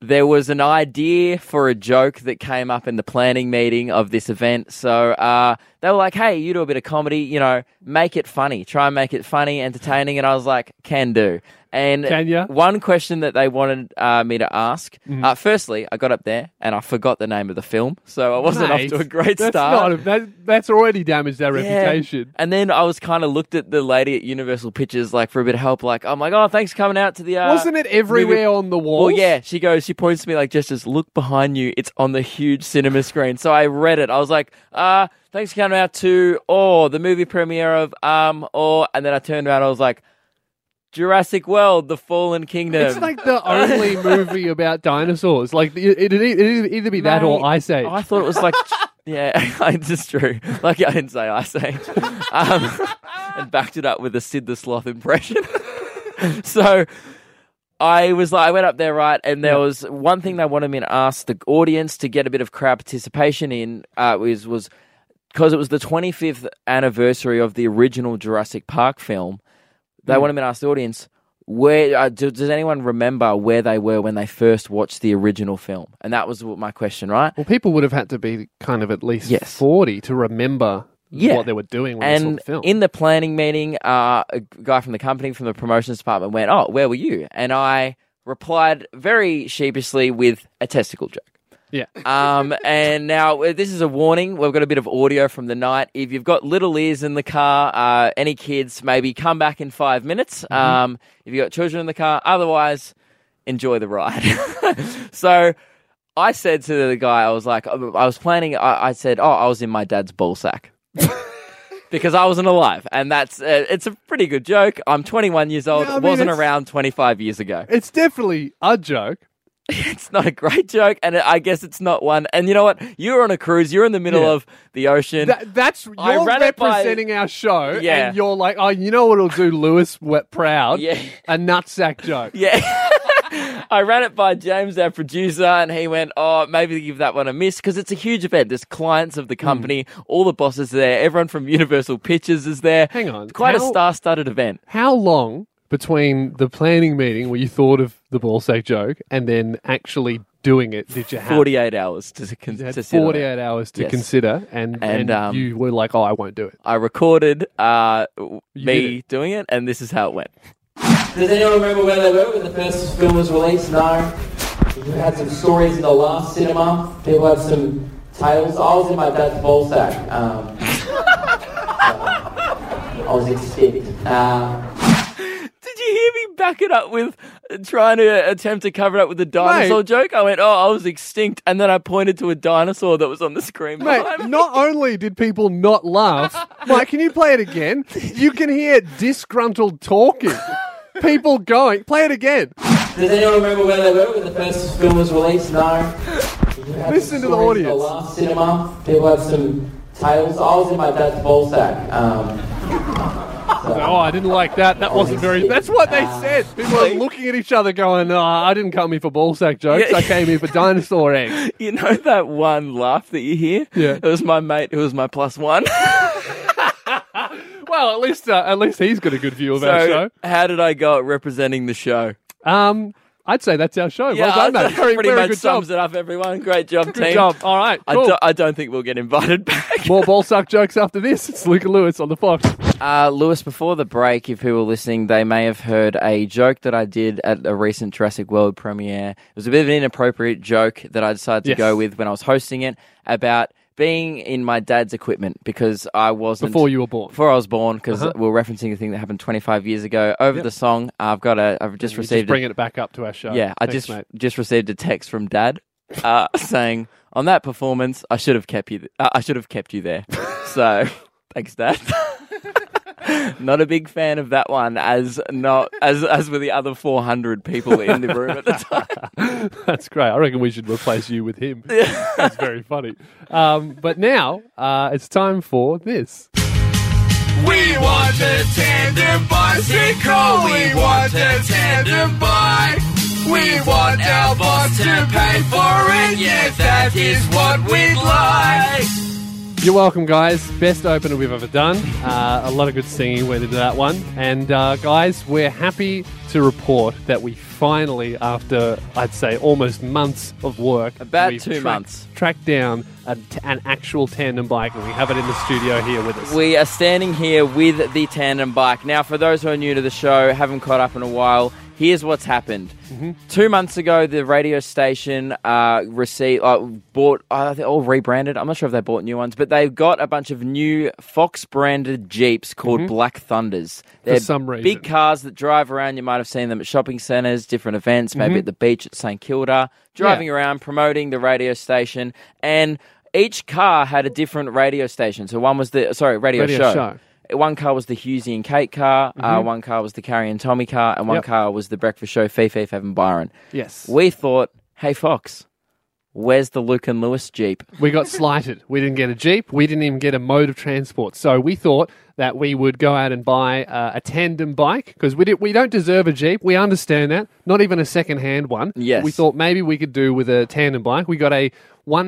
Speaker 4: there was an idea for a joke that came up in the planning meeting of this event. So uh, they were like, "Hey, you do a bit of comedy, you know, make it funny. Try and make it funny, entertaining." And I was like, "Can do." And
Speaker 11: Can ya?
Speaker 4: one question that they wanted uh, me to ask.
Speaker 11: Mhm.
Speaker 4: Uh, firstly, I got up there and I forgot the name of the film, so I wasn't
Speaker 11: Mate,
Speaker 4: off to a great
Speaker 11: that's
Speaker 4: start.
Speaker 11: not a- that, that's already damaged our
Speaker 4: Yeah.
Speaker 11: reputation.
Speaker 4: And then I was kind of looked at the lady at Universal Pictures like for a bit of help. Like, I'm like, oh, thanks for coming out to the. Uh,
Speaker 11: Wasn't it
Speaker 4: movie-
Speaker 11: everywhere on the
Speaker 4: Well,
Speaker 11: walls?
Speaker 4: yeah. She goes, she points to me like, just just look behind you. It's on the huge cinema screen. So I read it. I was like, uh, thanks for coming out to or the movie premiere of um or, and then I turned around. I was like, Jurassic World: The Fallen Kingdom.
Speaker 11: It's like the only movie about dinosaurs. Like it, it, it'd either be that or
Speaker 4: Mate,
Speaker 11: Ice Age.
Speaker 4: I thought it was like Yeah, it's just true. Like I didn't say Ice Age. um, and backed it up with a Sid the Sloth impression. so I was like, I went up there, right? And there was one thing they wanted me to ask the audience to get a bit of crowd participation in uh, was was because it was the 25th anniversary of the original Jurassic Park film. They
Speaker 11: Mm.
Speaker 4: wanted me to ask the audience where uh, do, does anyone remember where they were when they first watched the original film? And that was what my question, right?
Speaker 11: Well, people would have had to be kind of at least 40 to remember
Speaker 4: Yeah.
Speaker 11: what they were doing when they saw
Speaker 4: and
Speaker 11: the film.
Speaker 4: in the planning meeting, uh, a guy from the company, from the promotions department, went, "Oh, where were you?" And I replied very sheepishly with a testicle joke.
Speaker 11: Yeah.
Speaker 4: Um, and now uh, this is a warning. We've got a bit of audio from the night. If you've got little ears in the car, uh, any kids, maybe come back in five minutes.
Speaker 11: Mm-hmm.
Speaker 4: Um, if you've got children in the car, otherwise, enjoy the ride. so I said to the guy, I was like, I I was planning, I, I said, oh, I was in my dad's ball sack. Because I wasn't alive, and that's uh, it's a pretty good joke. I'm 21 years old,
Speaker 11: Yeah, I mean,
Speaker 4: wasn't
Speaker 11: it's-
Speaker 4: around 25 years ago.
Speaker 11: It's definitely a joke.
Speaker 4: It's not a great joke, and I guess it's not one. And you know what? You're on a cruise. You're in the middle
Speaker 11: Yeah.
Speaker 4: of the ocean.
Speaker 11: That, that's
Speaker 4: I
Speaker 11: you're
Speaker 4: ran it by-
Speaker 11: representing our show,
Speaker 4: Yeah.
Speaker 11: and you're like, oh, you know what it'll do, Lewis? Wet proud,
Speaker 4: Yeah.
Speaker 11: a nutsack joke.
Speaker 4: yeah. I ran it by James, our producer, and he went, "Oh, maybe give that one a miss because it's a huge event. There's clients of the
Speaker 11: Hmm.
Speaker 4: company, all the bosses are there, everyone from Universal Pictures is there.
Speaker 11: Hang on,
Speaker 4: quite a
Speaker 11: how-
Speaker 4: star-studded event.
Speaker 11: How long between the planning meeting where you thought of the ball sack joke and then actually doing it did you have?
Speaker 4: 48 hours to, con-
Speaker 11: You had
Speaker 4: to sit on it.
Speaker 11: 48 hours to
Speaker 4: Yes.
Speaker 11: consider, and, and,
Speaker 4: And, um,
Speaker 11: you were like, oh, I won't do it.
Speaker 4: I recorded uh, w-
Speaker 11: did
Speaker 4: me doing it, and this is how it went.
Speaker 13: Does anyone remember where they were when the first film was released? No. We've had some stories in the last cinema. People have some tales. I was in my dad's ball sack. Um, uh, I was in six. Uh,
Speaker 4: Did you hear me back it up with uh, trying to attempt to cover it up with a dinosaur joke? I went, oh, I was extinct. And then I pointed to a dinosaur that was on the screen. behind
Speaker 11: Mate, not only did people not laugh, Mike, can you play it again? You can hear disgruntled talking. People going, play it again.
Speaker 13: does anyone remember where they were when the first film was released? No. We've had some
Speaker 11: Listen to the
Speaker 13: stories in
Speaker 11: audience.
Speaker 13: the last cinema. People have some tales. I was in my dad's ball sack. Um,
Speaker 11: Oh, I didn't like that. That wasn't very. That's what they said. People are looking at each other going, oh, I didn't come here for ball sack jokes. I came here for dinosaur eggs.
Speaker 4: You know that one laugh that you hear?
Speaker 11: Yeah.
Speaker 4: It was my mate who was my plus one.
Speaker 11: Well, at least uh, at least he's got a good view of our show.
Speaker 4: so, how did I go at representing the show?
Speaker 11: Um, I'd say that's our show.
Speaker 4: Yeah,
Speaker 11: well done,
Speaker 4: that
Speaker 11: mate. Very,
Speaker 4: pretty
Speaker 11: very
Speaker 4: much
Speaker 11: good
Speaker 4: sums
Speaker 11: job.
Speaker 4: it up, everyone. Great job,
Speaker 11: Good
Speaker 4: team.
Speaker 11: job. All right,
Speaker 4: I,
Speaker 11: cool.
Speaker 4: do- I don't think we'll get invited back.
Speaker 11: More ball sack jokes after this. It's Luke and Lewis on the Fox.
Speaker 4: Uh, Lewis, before the break, if people were listening, they may have heard a joke that I did at a recent Jurassic World premiere. It was a bit of an inappropriate joke that I decided to
Speaker 11: Yes.
Speaker 4: go with when I was hosting it about being in my dad's equipment because I wasn't.
Speaker 11: Before you were born.
Speaker 4: Before I was born, because
Speaker 11: Uh-huh.
Speaker 4: we we're referencing a thing that happened 25 years ago. Over
Speaker 11: Yep.
Speaker 4: the song, I've got a. I've just
Speaker 11: You're just
Speaker 4: received. a-
Speaker 11: bringing it back up to our show.
Speaker 4: Yeah, I
Speaker 11: Thanks,
Speaker 4: just
Speaker 11: mate.
Speaker 4: just received a text from dad uh, saying, "On that performance, I should have kept you. Th- uh, I should have kept you there." so, thanks, dad. not a big fan of that one, as not as as were the other four hundred people in the room at the time.
Speaker 11: That's great. I reckon we should replace you with him. That's very funny. Um, but now uh, it's time for this.
Speaker 3: We want a tandem bicycle. We want a tandem bike. We want our boss to pay for it. Yeah, that is what we'd like.
Speaker 11: You're welcome, guys. Best opener we've ever done. Uh, a lot of good singing went into that one. And uh, guys, we're happy to report that we finally, after I'd say almost months of work,
Speaker 4: About
Speaker 11: we've
Speaker 4: two
Speaker 11: tracked-
Speaker 4: months.
Speaker 11: tracked down a t- an actual tandem bike, and we have it in the studio here with us.
Speaker 4: We are standing here with the tandem bike. Now, for those who are new to the show, haven't caught up in a while, here's what's happened.
Speaker 11: Mm-hmm.
Speaker 4: Two months ago, the radio station uh, received, uh, bought, uh, they're all rebranded. I'm not sure if they bought new ones, but they've got a bunch of new Fox branded Jeeps called
Speaker 11: Mhm.
Speaker 4: Black Thunders.
Speaker 11: For
Speaker 4: They're
Speaker 11: some reason.
Speaker 4: Big cars that drive around. You might have seen them at shopping centres, different events, maybe
Speaker 11: Mhm.
Speaker 4: at the beach at St Kilda, driving around, promoting the radio station. And each car had a different radio station. So one was the, sorry, radio,
Speaker 11: Radio show.
Speaker 4: one car was the Husey and Kate car, uh,
Speaker 11: Mhm.
Speaker 4: one car was the Carrie and Tommy car, and one
Speaker 11: Yep.
Speaker 4: car was the breakfast show Fifi, Fev and Byron.
Speaker 11: Yes.
Speaker 4: We thought, hey, Fox, Where's the Luke and Lewis Jeep?
Speaker 11: We got slighted. We didn't get a Jeep. We didn't even get a mode of transport. So we thought that we would go out and buy uh, a tandem bike because we, did- we don't deserve a Jeep. We understand that. Not even a second hand one.
Speaker 4: Yes.
Speaker 11: We thought maybe we could do with a tandem bike. We got a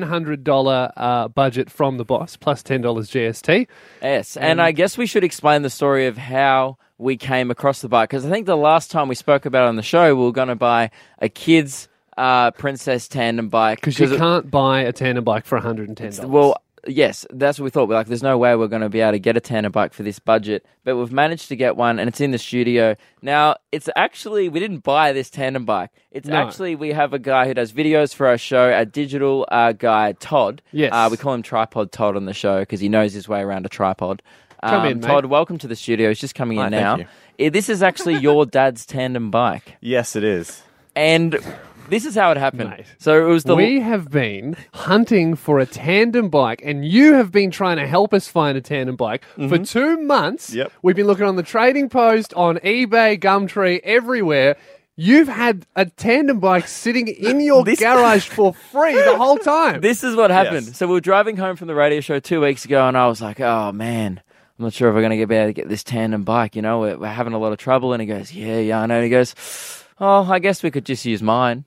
Speaker 11: $100 uh, budget from the boss plus $10 GST.
Speaker 4: Yes, and I guess we should explain the story of how we came across the bike because I think the last time we spoke about it on the show, we were going to buy a kids' uh, princess tandem bike
Speaker 11: Because you
Speaker 4: it-
Speaker 11: can't buy a tandem bike for $110.
Speaker 4: Well, yes, that's what we thought. We're like, there's no way we're going to be able to get a tandem bike for this budget, but we've managed to get one, and it's in the studio now. It's actually we didn't buy this tandem bike. It's
Speaker 11: No.
Speaker 4: actually we have a guy who does videos for our show, our digital uh, guy Todd.
Speaker 11: Yes.
Speaker 4: uh, we call him Tripod Todd on the show because he knows his way around a tripod. Um,
Speaker 11: Come in, mate.
Speaker 4: Todd. Welcome to the studio. He's just coming in
Speaker 5: Hi, thank
Speaker 4: now. Eh, This is actually your dad's tandem bike,
Speaker 5: Yes, it is.
Speaker 4: and this is how it happened. So it was the
Speaker 11: we have been hunting for a tandem bike, and you have been trying to help us find a tandem bike for
Speaker 5: Mhm.
Speaker 11: two months.
Speaker 5: Yep.
Speaker 11: We've been looking on the trading post, on eBay, Gumtree, everywhere. You've had a tandem bike sitting in your
Speaker 4: This-
Speaker 11: garage for free the whole time.
Speaker 4: This is what happened. So we were driving home from the radio show two weeks ago, and I was like, "Oh man, I'm not sure if we're going to get be able to get this tandem bike. You know, we're, we're having a lot of trouble." And he goes, "Yeah, yeah, I know." And he goes, "Oh, I guess we could just use mine."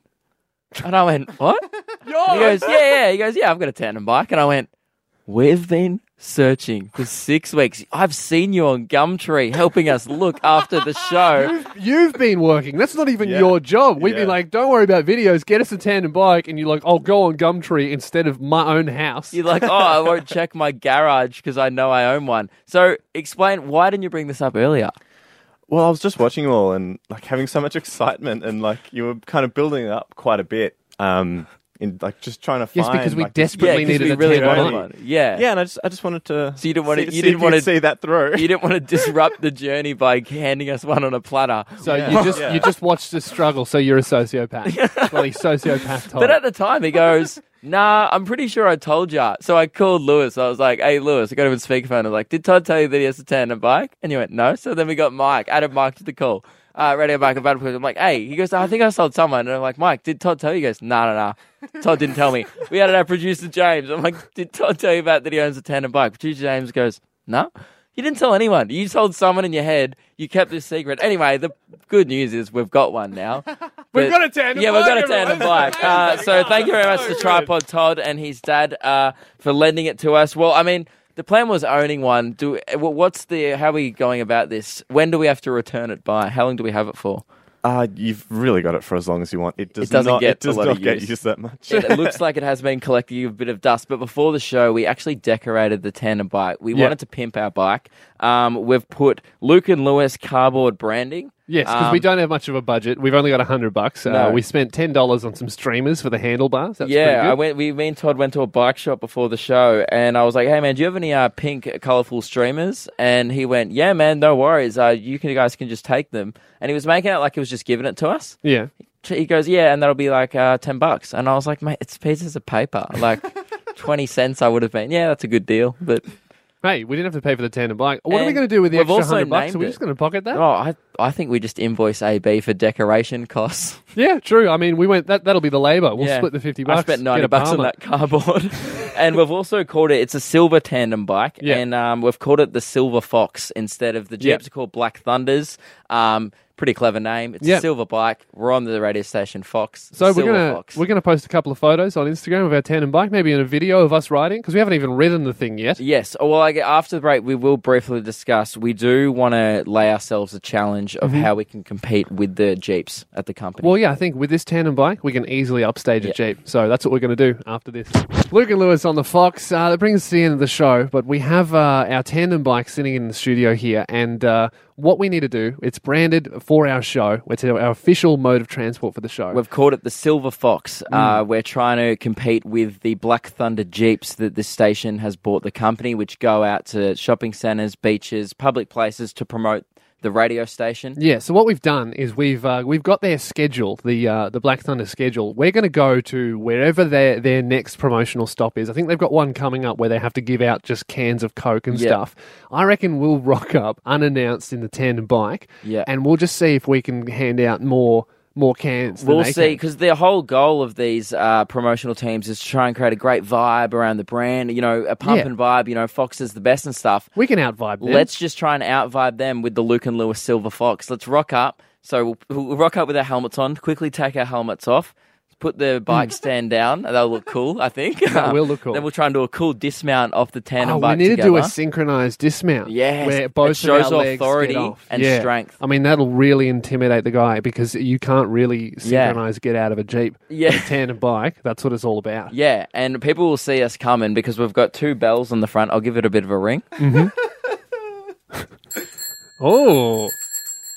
Speaker 4: And I went, "What?" And he goes, "Yeah, yeah." He goes, "Yeah, I've got a tandem bike." And I went, "We've been searching for six weeks. I've seen you on Gumtree helping us look after the show."
Speaker 11: You've, you've been working. That's not even your job. We've been like, don't worry about videos. Get us a tandem bike, and you're like, I'll go on Gumtree instead of my own house.
Speaker 4: You're like, oh, I won't check my garage because I know I own one. So explain why didn't you bring this up earlier?
Speaker 5: Well, I was just watching them all and like having so much excitement and like you were kind of building it up quite a bit. Um, in like just trying to
Speaker 11: Yes,
Speaker 5: find.
Speaker 11: because we
Speaker 5: like, this
Speaker 11: desperately Yeah, 'cause needed we a really tandem wanted bike. one.
Speaker 4: Yeah.
Speaker 5: yeah, and I just I just wanted to.
Speaker 4: So you didn't want
Speaker 5: see-
Speaker 4: to.
Speaker 5: see
Speaker 4: You
Speaker 5: if
Speaker 4: didn't want to
Speaker 5: could see that through.
Speaker 4: You didn't want to disrupt the journey by handing us one on a platter.
Speaker 11: So you just you just watched us struggle. So you're a sociopath. well, he's sociopath. Todd.
Speaker 4: But at the time, he goes, "Nah, I'm pretty sure I told ya." So I called Lewis. I was like, "Hey, Lewis," I got him on speakerphone. I was like, "Did Todd tell you that he has a tandem bike?" And he went, "No." So then we got Mike. Added Mike to the call. Uh, radio Mike about it. I'm like, "Hey," he goes, "I think I sold someone." And I'm like, "Mike, did Todd tell you?" He goes, "Nah, nah, nah. Todd didn't tell me." We added our producer James. I'm like, "Did Todd tell you about that he owns a tandem bike?" Producer James goes, "No." You didn't tell anyone. You told someone in your head. You kept this secret. Anyway, the good news is we've got one now.
Speaker 14: We've
Speaker 4: But-
Speaker 14: got a tandem
Speaker 4: Yeah, we've got a
Speaker 14: bike,
Speaker 4: tandem
Speaker 14: everyone.
Speaker 4: bike. Uh, so thank you very much to Tripod Todd and his dad uh, for lending it to us. Well, I mean, the plan was owning one. Do wh- what's the how are we going about this? When do we have to return it by? How long do we have it for?
Speaker 5: Uh, you've really got it for as long as you want. It does
Speaker 4: it doesn't
Speaker 5: not,
Speaker 4: get
Speaker 5: it does
Speaker 4: a lot
Speaker 5: not
Speaker 4: of
Speaker 5: get
Speaker 4: use.
Speaker 5: used that much.
Speaker 4: it looks like it has been collecting a bit of dust. But before the show, we actually decorated the tandem bike. We
Speaker 11: Yeah.
Speaker 4: wanted to pimp our bike. Um, we've put Luke and Lewis cardboard branding.
Speaker 11: Yes, because we
Speaker 4: Um,
Speaker 11: don't have much of a budget. We've only got hundred bucks. Uh,
Speaker 4: No.
Speaker 11: We spent ten dollars on some streamers for the handlebars. That's pretty
Speaker 4: yeah,
Speaker 11: good.
Speaker 4: I went. We, me and Todd went to a bike shop before the show, and I was like, "Hey man, do you have any uh, pink, colorful streamers?" And he went, "Yeah man, no worries. Uh, you, can, you guys can just take them." And he was making it like he was just giving it to us.
Speaker 11: Yeah.
Speaker 4: He goes, "Yeah," and that'll be like uh, ten bucks. And I was like, "Mate, it's pieces of paper. Like twenty cents, I would have been. Yeah, that's a good deal." But
Speaker 11: Hey, we didn't have to pay for the tandem bike. What are we
Speaker 4: And
Speaker 11: going to do with the
Speaker 4: we've
Speaker 11: extra
Speaker 4: also
Speaker 11: hundred bucks?
Speaker 4: named
Speaker 11: Are we
Speaker 4: it.
Speaker 11: just going to pocket that?
Speaker 4: oh, I, I think we just invoice AB for decoration costs.
Speaker 11: Yeah, true. I mean, we went. That that'll be the labor. We'll
Speaker 4: Yeah.
Speaker 11: split the fifty bucks.
Speaker 4: I spent
Speaker 11: get
Speaker 4: ninety
Speaker 11: a
Speaker 4: bucks on
Speaker 11: Palmer.
Speaker 4: that cardboard, and we've also called it. It's a silver tandem bike,
Speaker 11: Yeah.
Speaker 4: and um, we've called it the Silver Fox instead of the
Speaker 11: Yeah.
Speaker 4: Jeeps are called Black Thunders. Um, pretty clever name. It's
Speaker 11: Yeah.
Speaker 4: a silver bike. We're on the radio station Fox.
Speaker 11: So we're
Speaker 4: Silver
Speaker 11: gonna
Speaker 4: Fox.
Speaker 11: we're gonna post a couple of photos on Instagram of our tandem bike, maybe in a video of us riding because we haven't even ridden the thing yet.
Speaker 4: Yes. Oh, Well, I, get- after the break, we will briefly discuss. We do want to lay ourselves a challenge of
Speaker 11: Mhm.
Speaker 4: how we can compete with the Jeeps at the company.
Speaker 11: Well, yeah, I think with this tandem bike, we can easily upstage a Jeep. So that's what we're going to do after this. Luke and Lewis on the Fox. Uh, that brings us to the end of the show, but we have uh, our tandem bike sitting in the studio here. And uh, what we need to do, it's branded for our show. It's our our official mode of transport for the show.
Speaker 4: We've called it the Silver Fox. Uh,
Speaker 11: Mm.
Speaker 4: we're trying to compete with the Black Thunder Jeeps that this station has bought the company, which go out to shopping centres, beaches, public places to promote the radio station.
Speaker 11: Yeah. So what we've done is we've uh, we've got their schedule, the uh, the Black Thunder schedule. We're going to go to wherever their their next promotional stop is. I think they've got one coming up where they have to give out just cans of Coke and
Speaker 4: Yeah.
Speaker 11: stuff. I reckon we'll rock up unannounced in the tandem bike.
Speaker 4: Yeah.
Speaker 11: And we'll just see if we can hand out more. more cans.
Speaker 4: We'll
Speaker 11: than they
Speaker 4: see,
Speaker 11: can.
Speaker 4: because the whole goal of these uh, promotional teams is to try and create a great vibe around the brand. You know, a pump
Speaker 11: Yeah.
Speaker 4: and vibe. You know, Fox is the best and stuff.
Speaker 11: We can out vibe.
Speaker 4: Let's just try and out vibe them with the Luke and Lewis Silver Fox. Let's rock up. So we'll, we'll rock up with our helmets on. Quickly take our helmets off. Put the bike stand down. They'll look cool, I think.
Speaker 11: That will look cool.
Speaker 4: Then we'll try and do a cool dismount off the tandem
Speaker 11: Oh, we
Speaker 4: bike
Speaker 11: need to do a
Speaker 4: together.
Speaker 11: synchronized dismount.
Speaker 4: Yes,
Speaker 11: where
Speaker 4: it
Speaker 11: both of
Speaker 4: shows
Speaker 11: our legs get
Speaker 4: authority
Speaker 11: off.
Speaker 4: and
Speaker 11: Yeah.
Speaker 4: strength.
Speaker 11: I mean, that'll really intimidate the guy because you can't really synchronize get out of a jeep.
Speaker 4: Yeah.
Speaker 11: with a tandem bike. That's what it's all about.
Speaker 4: Yeah, and people will see us coming because we've got two bells on the front. I'll give it a bit of a ring.
Speaker 11: Oh,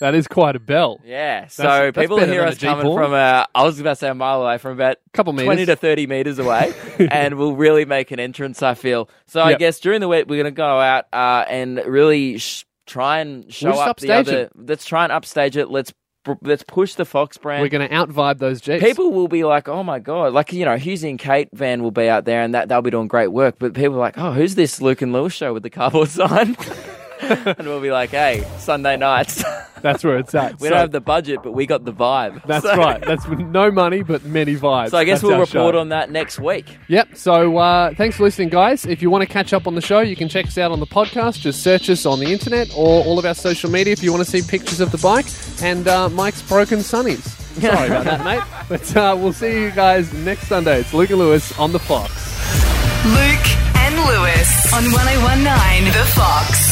Speaker 11: that is quite a bell.
Speaker 4: Yeah,
Speaker 11: That's-
Speaker 4: so
Speaker 11: that's
Speaker 4: people will
Speaker 11: better
Speaker 4: hear
Speaker 11: than a
Speaker 4: us coming
Speaker 11: Jeep horn.
Speaker 4: from, uh, I was about to say a mile away, from about
Speaker 11: Couple meters.
Speaker 4: 20 to 30 meters away, and we'll really make an entrance, I feel. So I
Speaker 11: Yep.
Speaker 4: guess during the week, we're going to go out uh, and really sh- try and show
Speaker 11: just
Speaker 4: up
Speaker 11: upstage
Speaker 4: the other.
Speaker 11: it.
Speaker 4: Let's try and upstage it. Let's pr- Let's push the Fox brand.
Speaker 11: We're going to out vibe those jeeps.
Speaker 4: People will be like, "Oh my god!" Like you know, Husey and Kate Van will be out there, and that they'll be doing great work. But people are like, "Oh, who's this Luke and Lewis show with the cardboard sign?" and we'll be like, "Hey, Sunday nights.
Speaker 11: That's where it's at.
Speaker 4: we
Speaker 11: So-
Speaker 4: don't have the budget, but we got the vibe."
Speaker 11: That's
Speaker 4: So-
Speaker 11: right. That's no money, but many vibes.
Speaker 4: So I guess
Speaker 11: That's
Speaker 4: we'll
Speaker 11: our
Speaker 4: report
Speaker 11: show.
Speaker 4: on that next week.
Speaker 11: Yep. So uh, thanks for listening, guys. If you want to catch up on the show, you can check us out on the podcast. Just search us on the internet or all of our social media if you want to see pictures of the bike and uh, Mike's broken sunnies. Sorry about that, mate. But uh, we'll see you guys next Sunday. It's Luke and Lewis on the Fox.
Speaker 1: Luke and Lewis on 1019 The Fox.